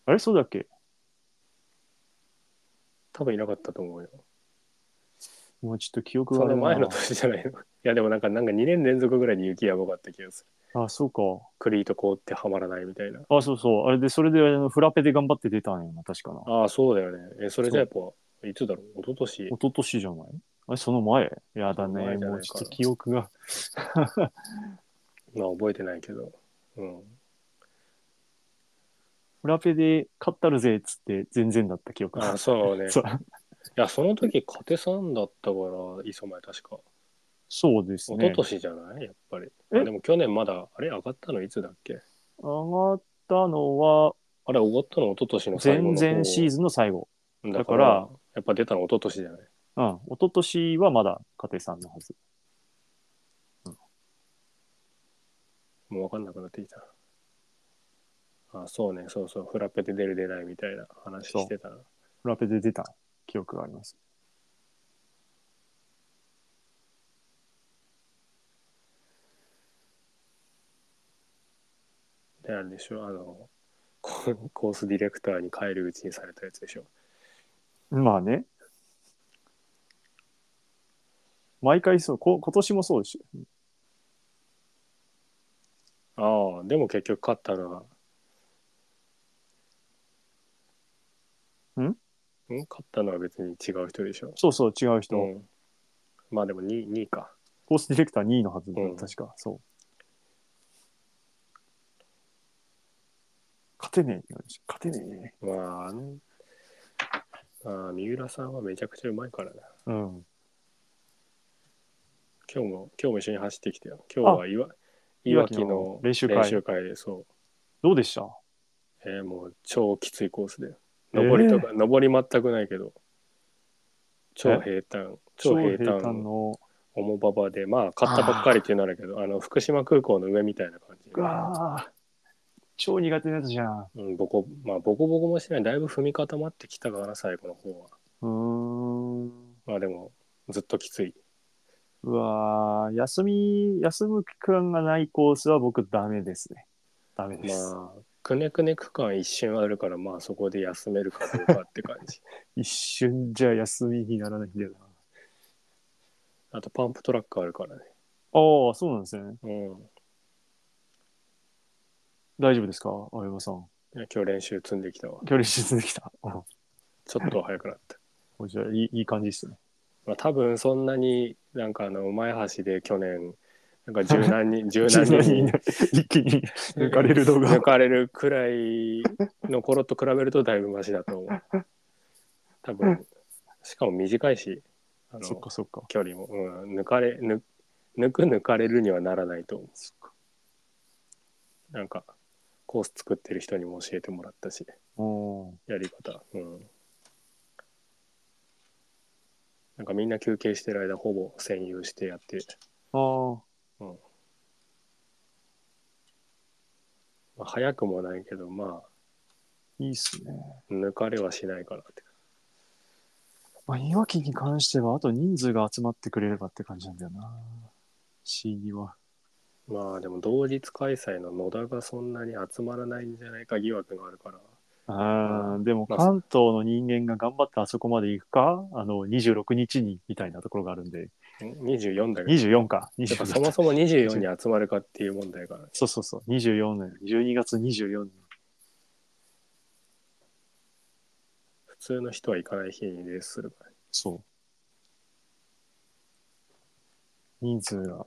[SPEAKER 2] あれそうだっけ
[SPEAKER 1] 多分いなかったと思うよ
[SPEAKER 2] もうちょっと記憶が
[SPEAKER 1] そ
[SPEAKER 2] あ
[SPEAKER 1] の
[SPEAKER 2] るな
[SPEAKER 1] 前の年じゃないの [LAUGHS] いやでもなんかなんか2年連続ぐらいに雪やばかった気がする
[SPEAKER 2] あ、そうか。
[SPEAKER 1] クリート凍ってはまらないみたいな
[SPEAKER 2] あ、そうそう。あれで、それであのフラペで頑張って出たんやな、確かな。
[SPEAKER 1] ああそうだよねえそれじゃあやっぱいつだろう一昨年
[SPEAKER 2] 一昨年じゃないあれその前やだ
[SPEAKER 1] その前じゃな
[SPEAKER 2] ね。
[SPEAKER 1] いかな
[SPEAKER 2] もうちょっと記憶が。 [LAUGHS]
[SPEAKER 1] まあ覚えてないけど、うん、
[SPEAKER 2] ラペで勝ったるぜっつって全然だった記憶が
[SPEAKER 1] あ、そうね。い
[SPEAKER 2] そう
[SPEAKER 1] や、その時、勝てさんだったから、磯前確か。
[SPEAKER 2] そうです
[SPEAKER 1] 一
[SPEAKER 2] ね
[SPEAKER 1] 昨。年じゃないやっぱり。あ
[SPEAKER 2] え
[SPEAKER 1] でも去年まだ、あれ上がったのいつだっけ
[SPEAKER 2] 上がったのは
[SPEAKER 1] あれ、上がったの一昨年の最後
[SPEAKER 2] 前
[SPEAKER 1] の
[SPEAKER 2] 々シーズンの最後。
[SPEAKER 1] ン
[SPEAKER 2] だ
[SPEAKER 1] だ
[SPEAKER 2] か
[SPEAKER 1] からら、やっぱ出たの一昨年じゃない
[SPEAKER 2] うん。一昨年はまだ家庭さんのはず。
[SPEAKER 1] もう分かんなくなってきたな。あ、そうね、そうそう。フラペで出る出ないみたいな話してたな。
[SPEAKER 2] フラペで出た記憶があります。
[SPEAKER 1] で、あれでしょあの、ココースディレクターに帰るうちにされたやつでしょ。
[SPEAKER 2] まあね。毎回そう、こ今年もそうですよ。
[SPEAKER 1] ああ、でも結局勝ったのは。
[SPEAKER 2] ん
[SPEAKER 1] ん勝ったのは別に違う人でしょ。
[SPEAKER 2] そうそう、違う人。
[SPEAKER 1] うん。まあでも2位、2位か。
[SPEAKER 2] コースディレクター2位のはずだ、
[SPEAKER 1] うん
[SPEAKER 2] 確か。そう。勝てねえよ。勝てね
[SPEAKER 1] まあ、あんああ三浦さんはめちゃくちゃうまいからな。
[SPEAKER 2] え。うん。
[SPEAKER 1] 今日も、今日も一緒に走ってきてよ。今日はいわいわき
[SPEAKER 2] いわきの
[SPEAKER 1] の
[SPEAKER 2] 練習会
[SPEAKER 1] 会そう。
[SPEAKER 2] どうでした
[SPEAKER 1] えーもう超きついコースだよ。上りとか、上り全くないけど。超平坦、超平
[SPEAKER 2] 超
[SPEAKER 1] 坦の
[SPEAKER 2] の。
[SPEAKER 1] 重馬場で、まあ、買ったばっかりっていうのあるけど、あの、福島空港の上みたいな感じ。
[SPEAKER 2] うわー超苦手なやつじゃん。う
[SPEAKER 1] うん、ボコ、まあ、ボコボコもしてない。だいぶ踏み固まってきたから、最後の方は。
[SPEAKER 2] ーん。
[SPEAKER 1] まあ、でも、ずっときつい。
[SPEAKER 2] うわー休み、休む期間がないコースは僕ダメですね。ダメです。
[SPEAKER 1] まあ、くねくね区間一瞬あるから、まあ、そこで休めるかどうかって感じ。
[SPEAKER 2] 一瞬じゃ休みにならないんだよな。
[SPEAKER 1] あと、パンプトラックあるからね。
[SPEAKER 2] ああ、そうなんですね。
[SPEAKER 1] うん。
[SPEAKER 2] 大丈夫ですか青山さん。
[SPEAKER 1] いや今日練習積んできたわ。
[SPEAKER 2] 距離沈んできた。 [LAUGHS] あ
[SPEAKER 1] ちょっとは速くなった。
[SPEAKER 2] じゃあいい、いい感じですね。
[SPEAKER 1] まあ、多分そんなになんかあの前橋で去年なんか柔軟
[SPEAKER 2] [LAUGHS]
[SPEAKER 1] に柔軟に
[SPEAKER 2] 一気に抜かれる動画
[SPEAKER 1] 抜。かれるくらいの頃と比べるとだいぶマシだと思う多分しかも短いしあ
[SPEAKER 2] [LAUGHS] そっ
[SPEAKER 1] の
[SPEAKER 2] かそっか。
[SPEAKER 1] 距離も、うん、抜かれ抜抜く抜かれるにはならないと思
[SPEAKER 2] そっか。
[SPEAKER 1] うなんかコース作ってる人にも教えてもらったし
[SPEAKER 2] うん。
[SPEAKER 1] やり方うんなんかみんな休憩してる間ほぼ占有してやって
[SPEAKER 2] あ
[SPEAKER 1] まあ、早くもないけど、ま
[SPEAKER 2] あ、いいっすね。
[SPEAKER 1] あ、抜かれはしないかなって。
[SPEAKER 2] まあ、いわきに関しては、あと人数が集まってくれればって感じなんだよな。C2 は。
[SPEAKER 1] まあ、でも同日開催の野田がそんなに集まらないんじゃないか疑惑があるから。
[SPEAKER 2] あーでも
[SPEAKER 1] まあ
[SPEAKER 2] 関東の人間が頑張ってあそこまで行くか、あの26日にみたいなところがあるんで、
[SPEAKER 1] ん24だけど。
[SPEAKER 2] 24か、
[SPEAKER 1] やっぱ
[SPEAKER 2] 24
[SPEAKER 1] そもそも24に集まるかっていう問題がある。
[SPEAKER 2] そうそうそう、24年、12月24年、
[SPEAKER 1] 普通の人は行かない日にレースするから。
[SPEAKER 2] そう。人数が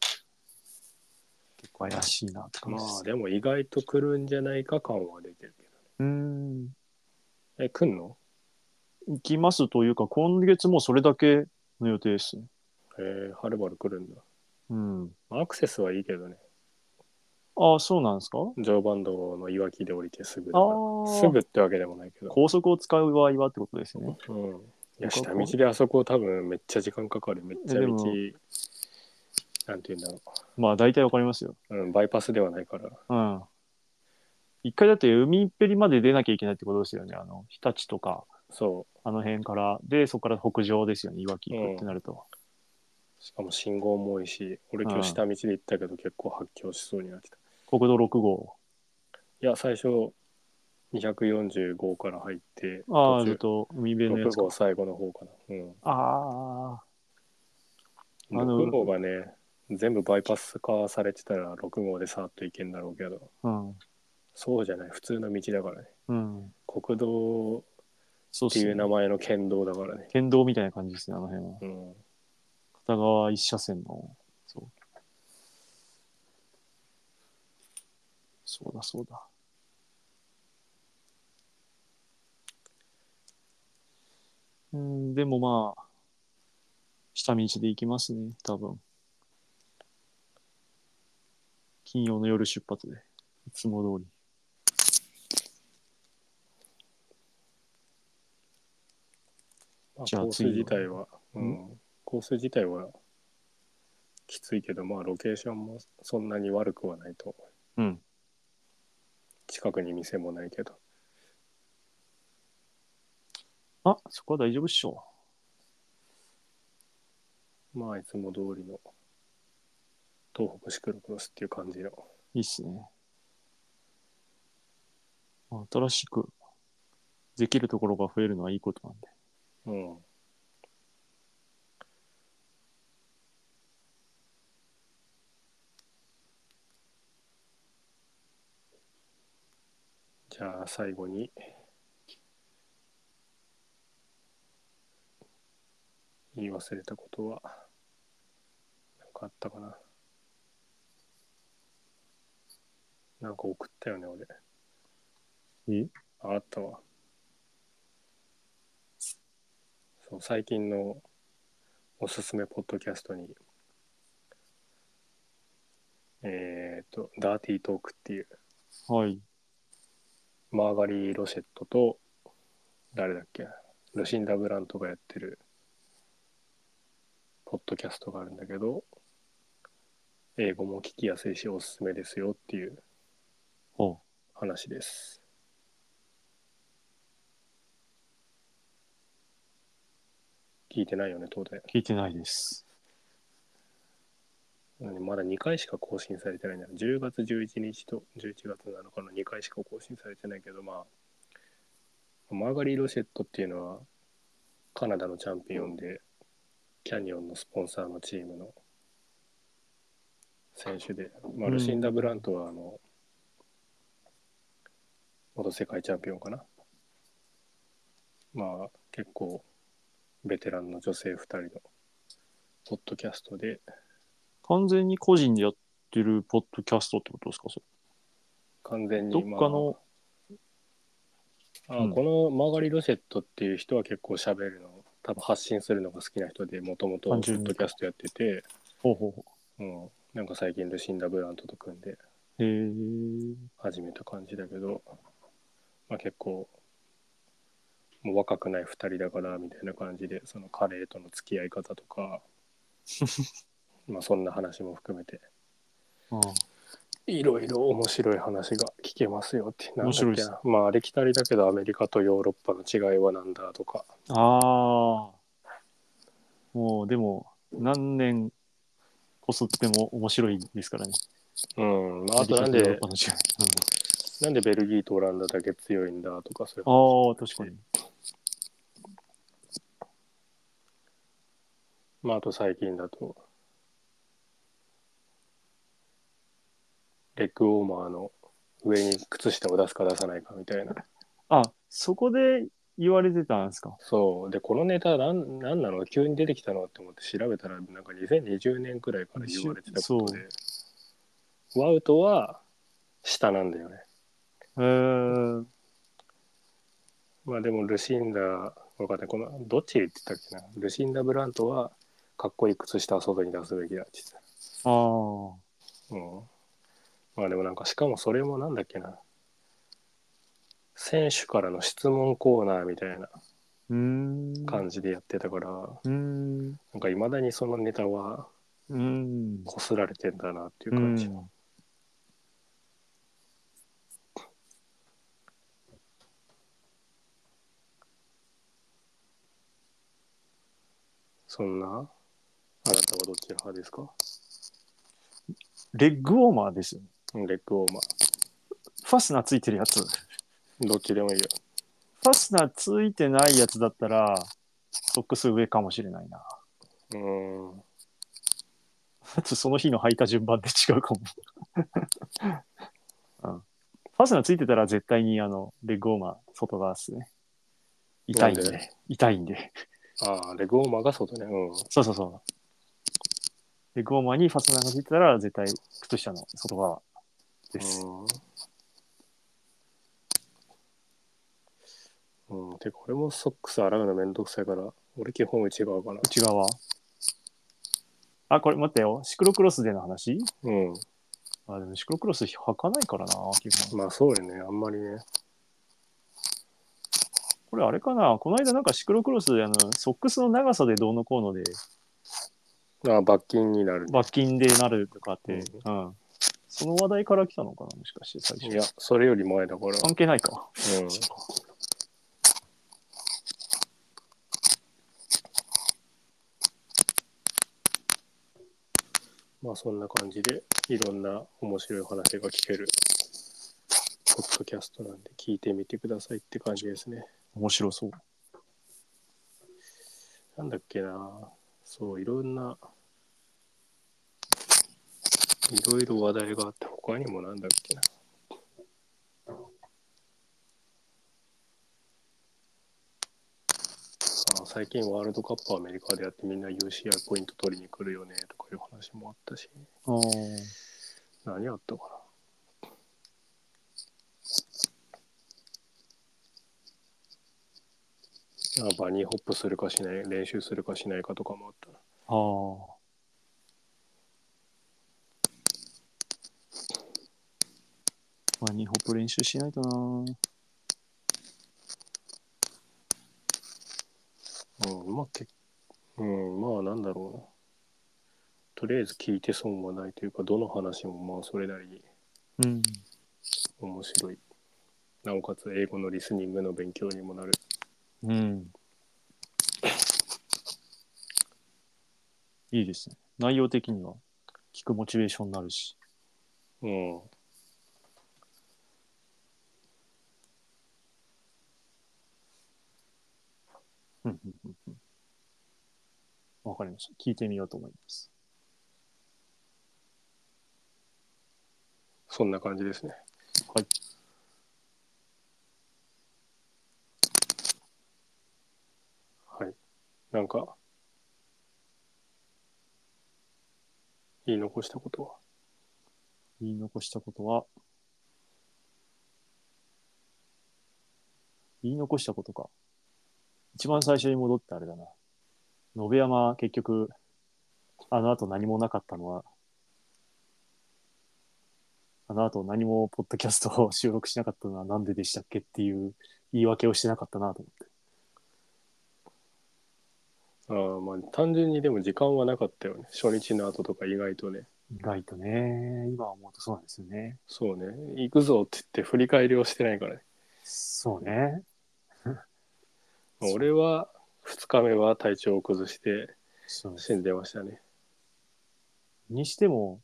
[SPEAKER 2] 結構怪しいなって感
[SPEAKER 1] ま
[SPEAKER 2] じです。
[SPEAKER 1] あ、でも意外と来るんじゃないか感は出てるけ
[SPEAKER 2] うーん、
[SPEAKER 1] ど。え、来んの
[SPEAKER 2] 行きますというか、今月もうそれだけの予定ですね。
[SPEAKER 1] えー、はるばる来るんだ。
[SPEAKER 2] うん。
[SPEAKER 1] まあアクセスはいいけどね。
[SPEAKER 2] ああ、そうなんですか
[SPEAKER 1] 常磐道のいわきで降りてすぐだ
[SPEAKER 2] あ
[SPEAKER 1] から。す
[SPEAKER 2] あ、
[SPEAKER 1] ぐってわけでもないけど。
[SPEAKER 2] 高速を使う場合はってことですね。
[SPEAKER 1] うん。いや、下道であそこ多分めっちゃ時間かかる。めっちゃ
[SPEAKER 2] で
[SPEAKER 1] 道
[SPEAKER 2] も、
[SPEAKER 1] なんて言うんだろ
[SPEAKER 2] まあ大体わかりますよ。
[SPEAKER 1] う。うん、バイパスではないから。
[SPEAKER 2] うん。一回だって海っぺりまで出なきゃいけないってことですよね。あの、日立とか、
[SPEAKER 1] そ
[SPEAKER 2] あの辺から。で、そこから北上ですよね。いわき行くってなると。
[SPEAKER 1] う。しかも信号も多いし、俺今日下道で行ったけど結構発狂しそうになってた。
[SPEAKER 2] 国道6号。
[SPEAKER 1] いや、最初245から入って、
[SPEAKER 2] ああ、
[SPEAKER 1] 途
[SPEAKER 2] ず
[SPEAKER 1] 中
[SPEAKER 2] っと海辺のや
[SPEAKER 1] 6
[SPEAKER 2] つか
[SPEAKER 1] 号。最後の方かな。うん。
[SPEAKER 2] ああ、あの
[SPEAKER 1] 6号がね、全部バイパス化されてたら6号でさーっと行けんだろうけど、
[SPEAKER 2] うん。
[SPEAKER 1] そうじゃない。普通の道だからね。
[SPEAKER 2] うん。
[SPEAKER 1] 国道
[SPEAKER 2] そうっ
[SPEAKER 1] ってい
[SPEAKER 2] す
[SPEAKER 1] う
[SPEAKER 2] ね
[SPEAKER 1] 名。前の県道だからね。
[SPEAKER 2] 県道みたいな感じですね、あの辺は。
[SPEAKER 1] うん。
[SPEAKER 2] 片側一車線の。そう。そうだ、そうだ。うん、でもまあ、下道で行きますね、多分。金曜の夜出発で、いつも通り。
[SPEAKER 1] まあ
[SPEAKER 2] じゃあ
[SPEAKER 1] コース
[SPEAKER 2] 次は
[SPEAKER 1] 自体は、うん、コース自体はきついけど、まあ、ロケーションもそんなに悪くはないと思う。
[SPEAKER 2] うん。
[SPEAKER 1] 近くに店もないけど。
[SPEAKER 2] あ、そこは大丈夫っしょ。
[SPEAKER 1] まあいつも通りの東北シクロクロスっていう感じの
[SPEAKER 2] いいっすね。新しくできるところが増えるのはいいことなんで。
[SPEAKER 1] うんじゃあ最後に言い忘れたことは何かあったかななんか送ったよね俺
[SPEAKER 2] え
[SPEAKER 1] ああったわ。そう、最近のおすすめポッドキャストに、えっ、と、ダーティートークっていう、
[SPEAKER 2] はい。
[SPEAKER 1] マーガリー・ロシェットと、誰だっけ、ルシンダ・ブラントがやってる、ポッドキャストがあるんだけど、英語も聞きやすいし、おすすめですよっていう
[SPEAKER 2] ほ
[SPEAKER 1] 話です。聞いてないよね、当然。
[SPEAKER 2] う。聞いてないです。
[SPEAKER 1] うんまだ2回しか更新されてないんだ10月11日と11月7日の2回しか更新されてないけど、まあ、マーガリー・ロシェットっていうのは、カナダのチャンピオンで、キャニオンのスポンサーのチームの選手で、まあ、
[SPEAKER 2] うん
[SPEAKER 1] ルシンダ・ブラントは、あの、元世界チャンピオンかな。まあ、結構、ベテランの女性2人の、ポッドキャストで、
[SPEAKER 2] 完全に個人でやってるポッドキャストってことですかそ
[SPEAKER 1] 完全
[SPEAKER 2] れ
[SPEAKER 1] に、
[SPEAKER 2] どっかの、
[SPEAKER 1] まああ
[SPEAKER 2] うん
[SPEAKER 1] このマーガリー・ロシェットっていう人は結構喋るの多分発信するのが好きな人でもともとポ
[SPEAKER 2] 単
[SPEAKER 1] ッ
[SPEAKER 2] 純に
[SPEAKER 1] ドキャストやってて、
[SPEAKER 2] ほうほうほ
[SPEAKER 1] うん、なんか最近ルシンダ・ブラントと組んで
[SPEAKER 2] う。へえ。
[SPEAKER 1] 始めた感じだけど、まあ、結構もう若くない2人だからみたいな感じでそのカレーとの付き合い方と
[SPEAKER 2] [LAUGHS]
[SPEAKER 1] かまあそんな話も含めて
[SPEAKER 2] ああ
[SPEAKER 1] いろいろ面白い話が聞けますよってなんだっ
[SPEAKER 2] 面白
[SPEAKER 1] け
[SPEAKER 2] いです
[SPEAKER 1] なまあありきたりだけどアメリカとヨーロッパの違いはなんだとか
[SPEAKER 2] ああ。もう、でも、何年こすっても面白いですからね。
[SPEAKER 1] うんまああとなんで
[SPEAKER 2] あの違い
[SPEAKER 1] なんでベルギーとオランダだけ強いんだとかそういう
[SPEAKER 2] うんあー、確かに。
[SPEAKER 1] まああと最近だとレッグウォーマーの上に靴下を出すか出さないかみたいな
[SPEAKER 2] あ、そこで言われてたんですか。
[SPEAKER 1] そうでこのネタなんなんなの急に出てきたのって思って調べたらなんか2020年くらいから言われてたことでワウトは下なんだよね
[SPEAKER 2] へえ。うん。
[SPEAKER 1] まあでもルシンダわかんないこのどっちで言ってたっけなルシンダ・ブラントはかっこいい靴下は外に出すべきだって言ってた
[SPEAKER 2] あー
[SPEAKER 1] うん。まあでもなんか、しかもそれもなんだっけな。選手からの質問コーナーみたいな
[SPEAKER 2] うーん。
[SPEAKER 1] 感じでやってたから、
[SPEAKER 2] うーん。
[SPEAKER 1] なんかいまだにそのネタは
[SPEAKER 2] うーん。
[SPEAKER 1] こすられてんだなっていう
[SPEAKER 2] う
[SPEAKER 1] 感じ。
[SPEAKER 2] ん
[SPEAKER 1] そんな、あなたはどちら派ですか
[SPEAKER 2] レッグウォーマーですよね。
[SPEAKER 1] うんレッグウォーマ
[SPEAKER 2] ファスナーついてるやつ。フ
[SPEAKER 1] ー。どっちでもいいよ。
[SPEAKER 2] ァスナーついてないやつだったら、ソックス上かもしれないな。 [LAUGHS]
[SPEAKER 1] うーん。
[SPEAKER 2] あとその日の履いた順番で違うかも、 [LAUGHS] うん。ファスナーついてたら絶対にあのレッグウォーマー外側ですね。痛いんで
[SPEAKER 1] なんで
[SPEAKER 2] 痛いんで。
[SPEAKER 1] ああ、レッグウォーマーが外ね。うん。
[SPEAKER 2] そうそうそう。レッグウォーマーにファスナーがついてたら絶対靴下の外側です。
[SPEAKER 1] うんうん、てか俺もソックス洗うのめんどくさいから、俺基本内側かな。
[SPEAKER 2] 内側。あ、これ待ってよ。シクロクロスでの話
[SPEAKER 1] うん。
[SPEAKER 2] あ、でもシクロクロス履かないからな、基本。
[SPEAKER 1] まあそうよね、あんまりね。
[SPEAKER 2] これあれかなこの間なんかシクロクロスであの、ソックスの長さでどうのこうので、
[SPEAKER 1] あ罰金になる、ね。
[SPEAKER 2] 罰金でなるとかって、うん。その話題から来たのかなもしかして最
[SPEAKER 1] い
[SPEAKER 2] 初。
[SPEAKER 1] や、それより前だから。
[SPEAKER 2] 関係ないか。
[SPEAKER 1] うん。まあそんな感じでいろんな面白い話が聞けるポッドキャストなんで聞いてみてくださいって感じですね。
[SPEAKER 2] 面白そう。
[SPEAKER 1] なんだっけなそういろんないろいろ話題があって他にもなんだっけなあ最近ワールドカップアメリカでやってみんな UCI ポイント取りに来るよねとかいう話もあったし
[SPEAKER 2] あー
[SPEAKER 1] 何あったかなあバニーホップするかしない練習するかしないかとかもあったな
[SPEAKER 2] あー。まあ、2ホップ練習しないとな。
[SPEAKER 1] うん、まあ、けうん、まあ、なんだろうな。とりあえず聞いて損はないというか、どの話もまあ、それなりに
[SPEAKER 2] うん。
[SPEAKER 1] 面白い。なおかつ、英語のリスニングの勉強にもなる。
[SPEAKER 2] うん。いいですね。内容的には聞くモチベーションになるし。
[SPEAKER 1] うん。
[SPEAKER 2] うんうんうんうんわかりました。聞いてみようと思います。
[SPEAKER 1] そんな感じですね。
[SPEAKER 2] はい。
[SPEAKER 1] はい。なんか、言い残したことは。
[SPEAKER 2] 言い残したことは、言い残したことか。一番最初に戻ってあれだな。野辺山、結局、あの後何もなかったのは、あの後何もポッドキャストを収録しなかったのはなんででしたっけっていう言い訳をしてなかったなと思って。
[SPEAKER 1] あーまあ、単純にでも時間はなかったよね。初日の後とか意外とね。
[SPEAKER 2] 意外とね、今思うとそうなんですよね。
[SPEAKER 1] そうね。行くぞって言って振り返りをしてないからね。
[SPEAKER 2] そうね。
[SPEAKER 1] まあ俺は2日目は体調を崩して
[SPEAKER 2] そう
[SPEAKER 1] 死んでましたね。
[SPEAKER 2] にしても、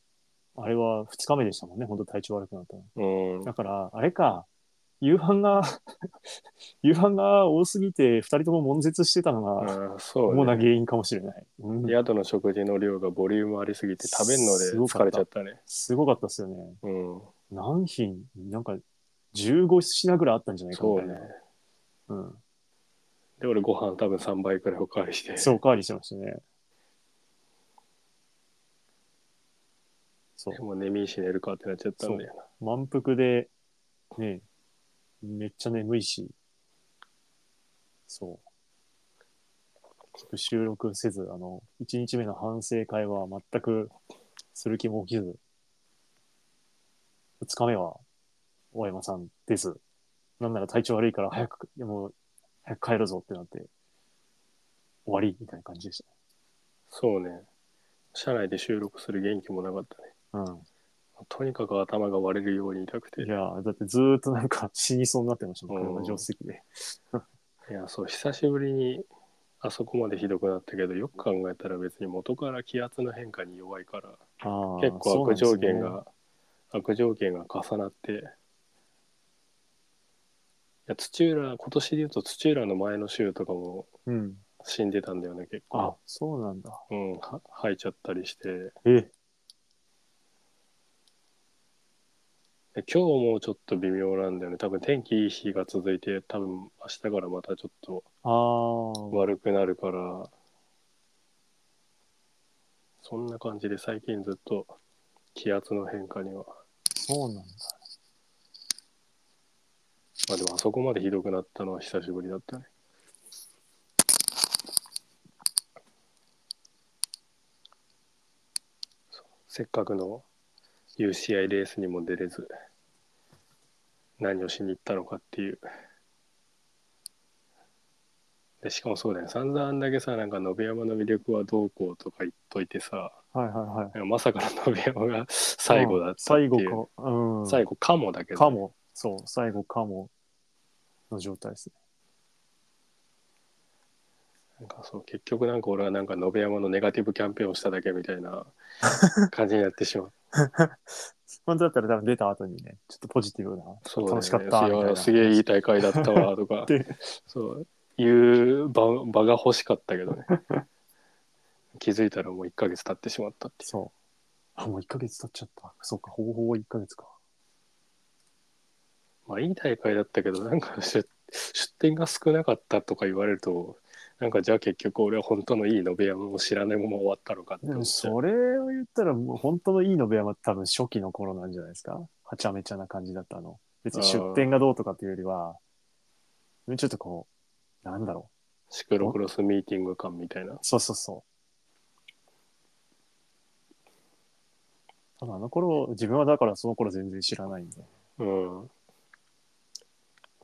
[SPEAKER 2] あれは2日目でしたもんね、本当体調悪くなったの。
[SPEAKER 1] うん。
[SPEAKER 2] だから、あれか、夕飯が、 [LAUGHS] 夕飯が多すぎて、二人とも悶絶してたの
[SPEAKER 1] あ
[SPEAKER 2] が、
[SPEAKER 1] ーそう、
[SPEAKER 2] 主な
[SPEAKER 1] ね。
[SPEAKER 2] 原因かもしれない。うん、
[SPEAKER 1] 宿の食事の量がボリュームありすぎて食べるのです
[SPEAKER 2] ごか
[SPEAKER 1] 疲
[SPEAKER 2] った
[SPEAKER 1] れちゃったね。
[SPEAKER 2] すごかったですよね。
[SPEAKER 1] うん。
[SPEAKER 2] 何品、なんか、15品ぐらいあったんじゃないかみ
[SPEAKER 1] そ
[SPEAKER 2] た
[SPEAKER 1] う
[SPEAKER 2] い
[SPEAKER 1] ね
[SPEAKER 2] な。。うん。
[SPEAKER 1] で、俺ご飯多分3倍くらいおかわりして。
[SPEAKER 2] そう、おかわりしてましたね。そう
[SPEAKER 1] で。も眠いし寝るかってなっちゃったんだよ
[SPEAKER 2] 満腹で、ねえ、めっちゃ眠いし、そう。収録せず、あの、1日目の反省会は全くする気も起きず、2日目は大山さんです。なんなら体調悪いから早く、いやもう、早く帰るぞってなって、終わりみたいな感じでし
[SPEAKER 1] そうね。車内で収録する元気もなかったね。
[SPEAKER 2] た。う
[SPEAKER 1] とにかく頭が割れるように痛くて。
[SPEAKER 2] ん。いや、だってずーっとなんか死にそうになってましたもん、
[SPEAKER 1] うん
[SPEAKER 2] 車の助手席で。
[SPEAKER 1] いや、そう、久しぶりにあそこまでひどくなったけど、よく考えたら別に元から気圧の変化に弱いから。結
[SPEAKER 2] 結
[SPEAKER 1] 構悪条件が、悪条件が重なっていや土浦今年で言うと土浦の前の週とかも
[SPEAKER 2] うん。
[SPEAKER 1] 死んでたんだよね結
[SPEAKER 2] あ
[SPEAKER 1] 構、、
[SPEAKER 2] そうなんだ。
[SPEAKER 1] うん、は吐いちゃったりして
[SPEAKER 2] え、
[SPEAKER 1] で今日もちょっと微妙なんだよね多分天気いい日が続いて多分明日からまたちょっと
[SPEAKER 2] あー
[SPEAKER 1] 悪くなるからそんな感じで最近ずっと気圧の変化には
[SPEAKER 2] そうなんだ。
[SPEAKER 1] まあでもあそこまでひどくなったのは久しぶりだったね。そうせっかくの UCI レースにも出れず、何をしに行ったのかっていう。でしかもそうだよ、散々あんだけさ、なんか野辺山の魅力はどうこうとか言っといてさ、
[SPEAKER 2] はいはいはい。
[SPEAKER 1] まさかの野辺山が [LAUGHS] 最後だったっていう。
[SPEAKER 2] 最後か。うん。
[SPEAKER 1] 最後かもだけどね、
[SPEAKER 2] かも。そう、最後かも。の状態ですね。
[SPEAKER 1] なんかそう結局なんか俺はなんか野辺山のネガティブキャンペーンをしただけみたい
[SPEAKER 2] [LAUGHS]
[SPEAKER 1] な感じになってしまう。
[SPEAKER 2] 本当だったら多分出た後にね、ちょっとポジティブな。
[SPEAKER 1] そうだよ
[SPEAKER 2] 楽しかったみたい
[SPEAKER 1] い
[SPEAKER 2] な
[SPEAKER 1] やすげえいい大会だったわとか
[SPEAKER 2] で
[SPEAKER 1] そういう場場が欲しかったけ
[SPEAKER 2] [LAUGHS]
[SPEAKER 1] どね。気づいたらもう1ヶ月経ってしまったっていう。
[SPEAKER 2] そう。あ、もう1ヶ月経っちゃった。そうか、ほぼほぼ1ヶ月か。
[SPEAKER 1] まあいい大会だったけどなんか出出店が少なかったとか言われるとなんかじゃあ結局俺は本当のいい野辺山を知らないまま終わったのかって
[SPEAKER 2] で
[SPEAKER 1] 思っ
[SPEAKER 2] も
[SPEAKER 1] ちゃう
[SPEAKER 2] それを言ったら、もう本当のいい野辺山って多分初期の頃なんじゃないですか。はちゃめちゃな感じだったあの。別に出店がどうとかっていうよりは、ちょっとこう、なんだろ
[SPEAKER 1] シクロクロスミーティング感みたいな
[SPEAKER 2] う。。そうそうそう。ただあの頃、自分はだからその頃全然知らないんで。
[SPEAKER 1] うん。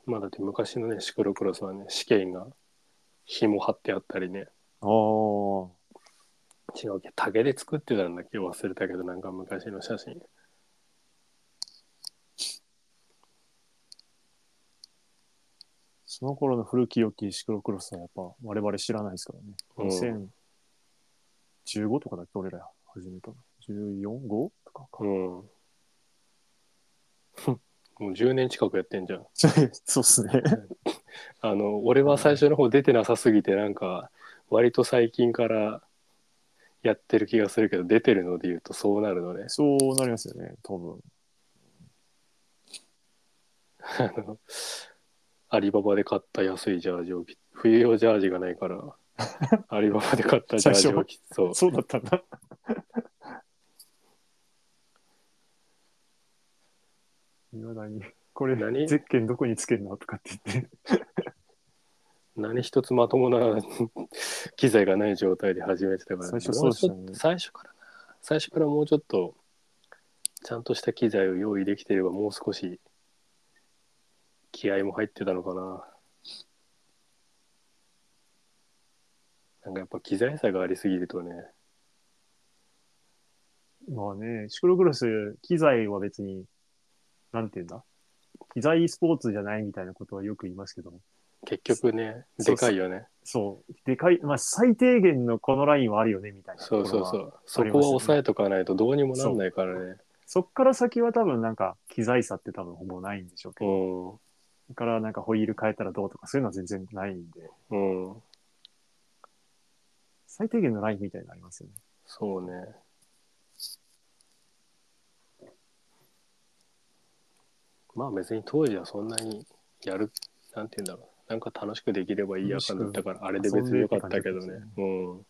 [SPEAKER 1] まあだって昔のね、シクロクロスはね、試験が紐張ってあったりね、
[SPEAKER 2] おー。
[SPEAKER 1] 違うけど、竹で作ってたんだっけ忘れたけど、なんか昔の写真。
[SPEAKER 2] その頃の古き良きシクロクロスはやっぱ我々知らないですからね。
[SPEAKER 1] うん
[SPEAKER 2] 2015とかだっけ俺ら始めたの。14?5? とか [LAUGHS]
[SPEAKER 1] う。
[SPEAKER 2] か
[SPEAKER 1] ん。もう10年近くやってんじゃん。
[SPEAKER 2] そうっすね。
[SPEAKER 1] あの、俺は最初の方出てなさすぎて、なんか、割と最近からやってる気がするけど、出てるので言うとそうなるのね。
[SPEAKER 2] そうなりますよね、多分。
[SPEAKER 1] あの、 [LAUGHS] アリババで買った安いジャージを着、冬用ジャージがない
[SPEAKER 2] [LAUGHS]
[SPEAKER 1] から、アリババで買ったジャージを着、そう、
[SPEAKER 2] そうだったんだ。 [LAUGHS] いまだに、これ、
[SPEAKER 1] 何
[SPEAKER 2] ゼッケンどこにつけるのとかって言って。
[SPEAKER 1] 何一つまともな [LAUGHS] 機材がない状態で始めてたから、
[SPEAKER 2] 最初そうでしたよね
[SPEAKER 1] もちょっと最初からな、最初からもうちょっと、ちゃんとした機材を用意できてれば、もう少し、気合も入ってたのかな。なんかやっぱ機材差がありすぎるとね、
[SPEAKER 2] まあね、シクロクロス、機材は別に、なんていうんだ機材スポーツじゃないみたいなことはよく言いますけど、
[SPEAKER 1] 結局ね、
[SPEAKER 2] そ
[SPEAKER 1] で
[SPEAKER 2] う
[SPEAKER 1] かいよね。
[SPEAKER 2] そう、でかい、まあ最低限のこのラインはあるよね、みたいなとこ
[SPEAKER 1] そ
[SPEAKER 2] ろ
[SPEAKER 1] う
[SPEAKER 2] は。
[SPEAKER 1] そうそう。
[SPEAKER 2] あ
[SPEAKER 1] そ
[SPEAKER 2] り
[SPEAKER 1] こ
[SPEAKER 2] ますよね
[SPEAKER 1] は抑えとかないとどうにもなんないからね。
[SPEAKER 2] そっから先は多分なんか、機材差って多分ほぼないんでしょうけ
[SPEAKER 1] う
[SPEAKER 2] ど、それからなんかホイール変えたらどうとかそういうのは全然ないんで、
[SPEAKER 1] ん。うん。
[SPEAKER 2] 最低限のラインみたいなのありますよね。
[SPEAKER 1] そうね。まあ別に当時はそんなにやる、なんて言うんだろう。なんか楽しくできればいいやかだったから、あれで別によかったけどね。うん。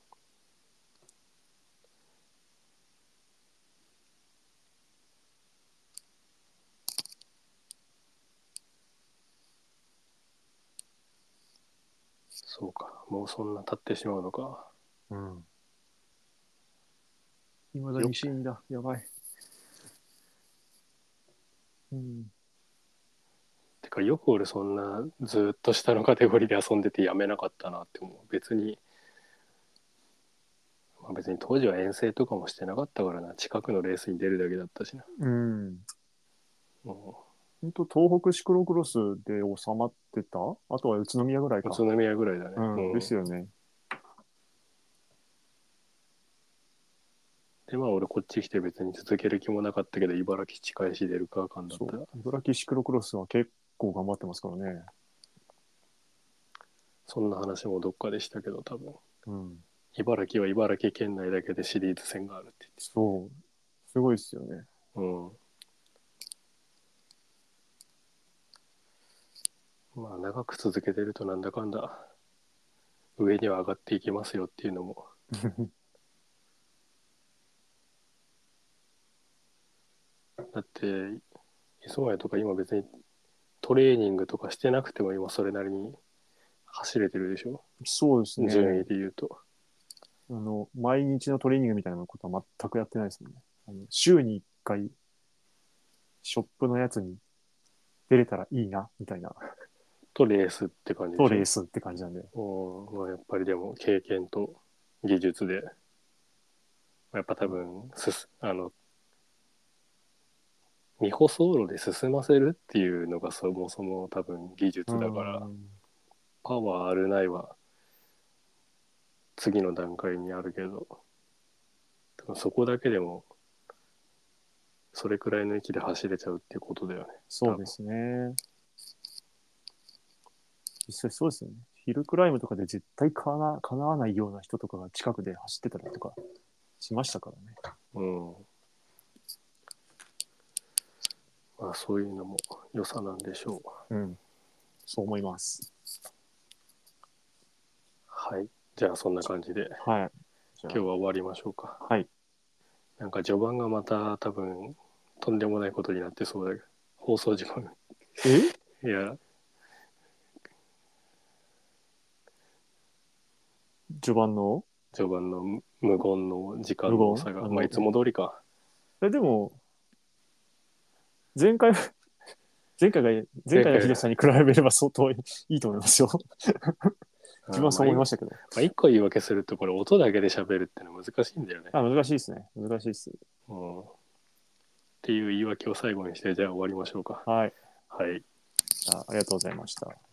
[SPEAKER 1] そうか。もうそんな経ってしまうのか。
[SPEAKER 2] うん。いまだに死んだ。やばい。うん。
[SPEAKER 1] てかよく俺そんなずーっと下のカテゴリーで遊んでてやめなかったなって思う別に、まあ、別に当時は遠征とかもしてなかったからな近くのレースに出るだけだったしな
[SPEAKER 2] うん。
[SPEAKER 1] も
[SPEAKER 2] 本当東北シクロクロスで収まってたあとは宇都宮ぐらいうか
[SPEAKER 1] 宇。都宮ぐらいだね、
[SPEAKER 2] うん。です
[SPEAKER 1] よ
[SPEAKER 2] よね。
[SPEAKER 1] でまあ俺こっち来て別に続ける気もなかったけど茨城近いし出るかあかんだっ
[SPEAKER 2] そ
[SPEAKER 1] たら
[SPEAKER 2] う。茨城シクロクロスは結構頑張ってますからね。
[SPEAKER 1] そんな話もどっかでしたけど多分
[SPEAKER 2] うん。
[SPEAKER 1] 茨城は茨城県内だけでシリーズ戦があるって
[SPEAKER 2] そう。すごいですよね。
[SPEAKER 1] うんまあ長く続けてるとなんだかんだ上には上がっていきますよっていうのもだって磯貝とか今別にトレーニングとかしてなくても今それなりに走れてるでしょ、
[SPEAKER 2] そうですね。
[SPEAKER 1] 順位で言うと。
[SPEAKER 2] あの、毎日のトレーニングみたいなことは全くやってないですもんね。あの週に一回、ショップのやつに出れたらいいな、みたいな、
[SPEAKER 1] とレースって感じでしょ
[SPEAKER 2] とレースって感じなんで。
[SPEAKER 1] うんまあ、やっぱりでも経験と技術で、やっぱ多分すす、あの、未舗走路で進ませるっていうのがそもそも多分技術だから、
[SPEAKER 2] うん
[SPEAKER 1] パワーあるないは次の段階にあるけど、多分そこだけでも、それくらいの域で走れちゃうっていうことだよね。
[SPEAKER 2] そうですね。実際そうですよね。ヒルクライムとかで絶対かな叶わないような人とかが近くで走ってたりとかしましたから
[SPEAKER 1] う
[SPEAKER 2] ね。
[SPEAKER 1] ん。まあそういうのも良さなんでしょう。
[SPEAKER 2] うん。そう思います。
[SPEAKER 1] はい。じゃあそんな感じで
[SPEAKER 2] はい。
[SPEAKER 1] 今日は終わりましょうか。
[SPEAKER 2] はい。
[SPEAKER 1] なんか序盤がまた多分とんでもないことになってそうだけど、放送事故に。
[SPEAKER 2] え
[SPEAKER 1] いや、
[SPEAKER 2] 序盤の
[SPEAKER 1] 序盤の無無言の時間
[SPEAKER 2] 無言
[SPEAKER 1] の差が、
[SPEAKER 2] あの
[SPEAKER 1] まあいつも通りか。
[SPEAKER 2] え、でも、前回、 [LAUGHS] 前回が、前回のヒデさんに比べれば相当いいと思いますよ。自分はそう思いま
[SPEAKER 1] し
[SPEAKER 2] したけど。
[SPEAKER 1] た。まあ一個言い訳すると、これ音だけで喋るってのは難しいんだよね。
[SPEAKER 2] あ、難しいですね。難しいです。
[SPEAKER 1] うん。っていう言い訳を最後にして、じゃあ終わりましょうか。
[SPEAKER 2] はい。
[SPEAKER 1] はい。
[SPEAKER 2] じゃあありがとうございました。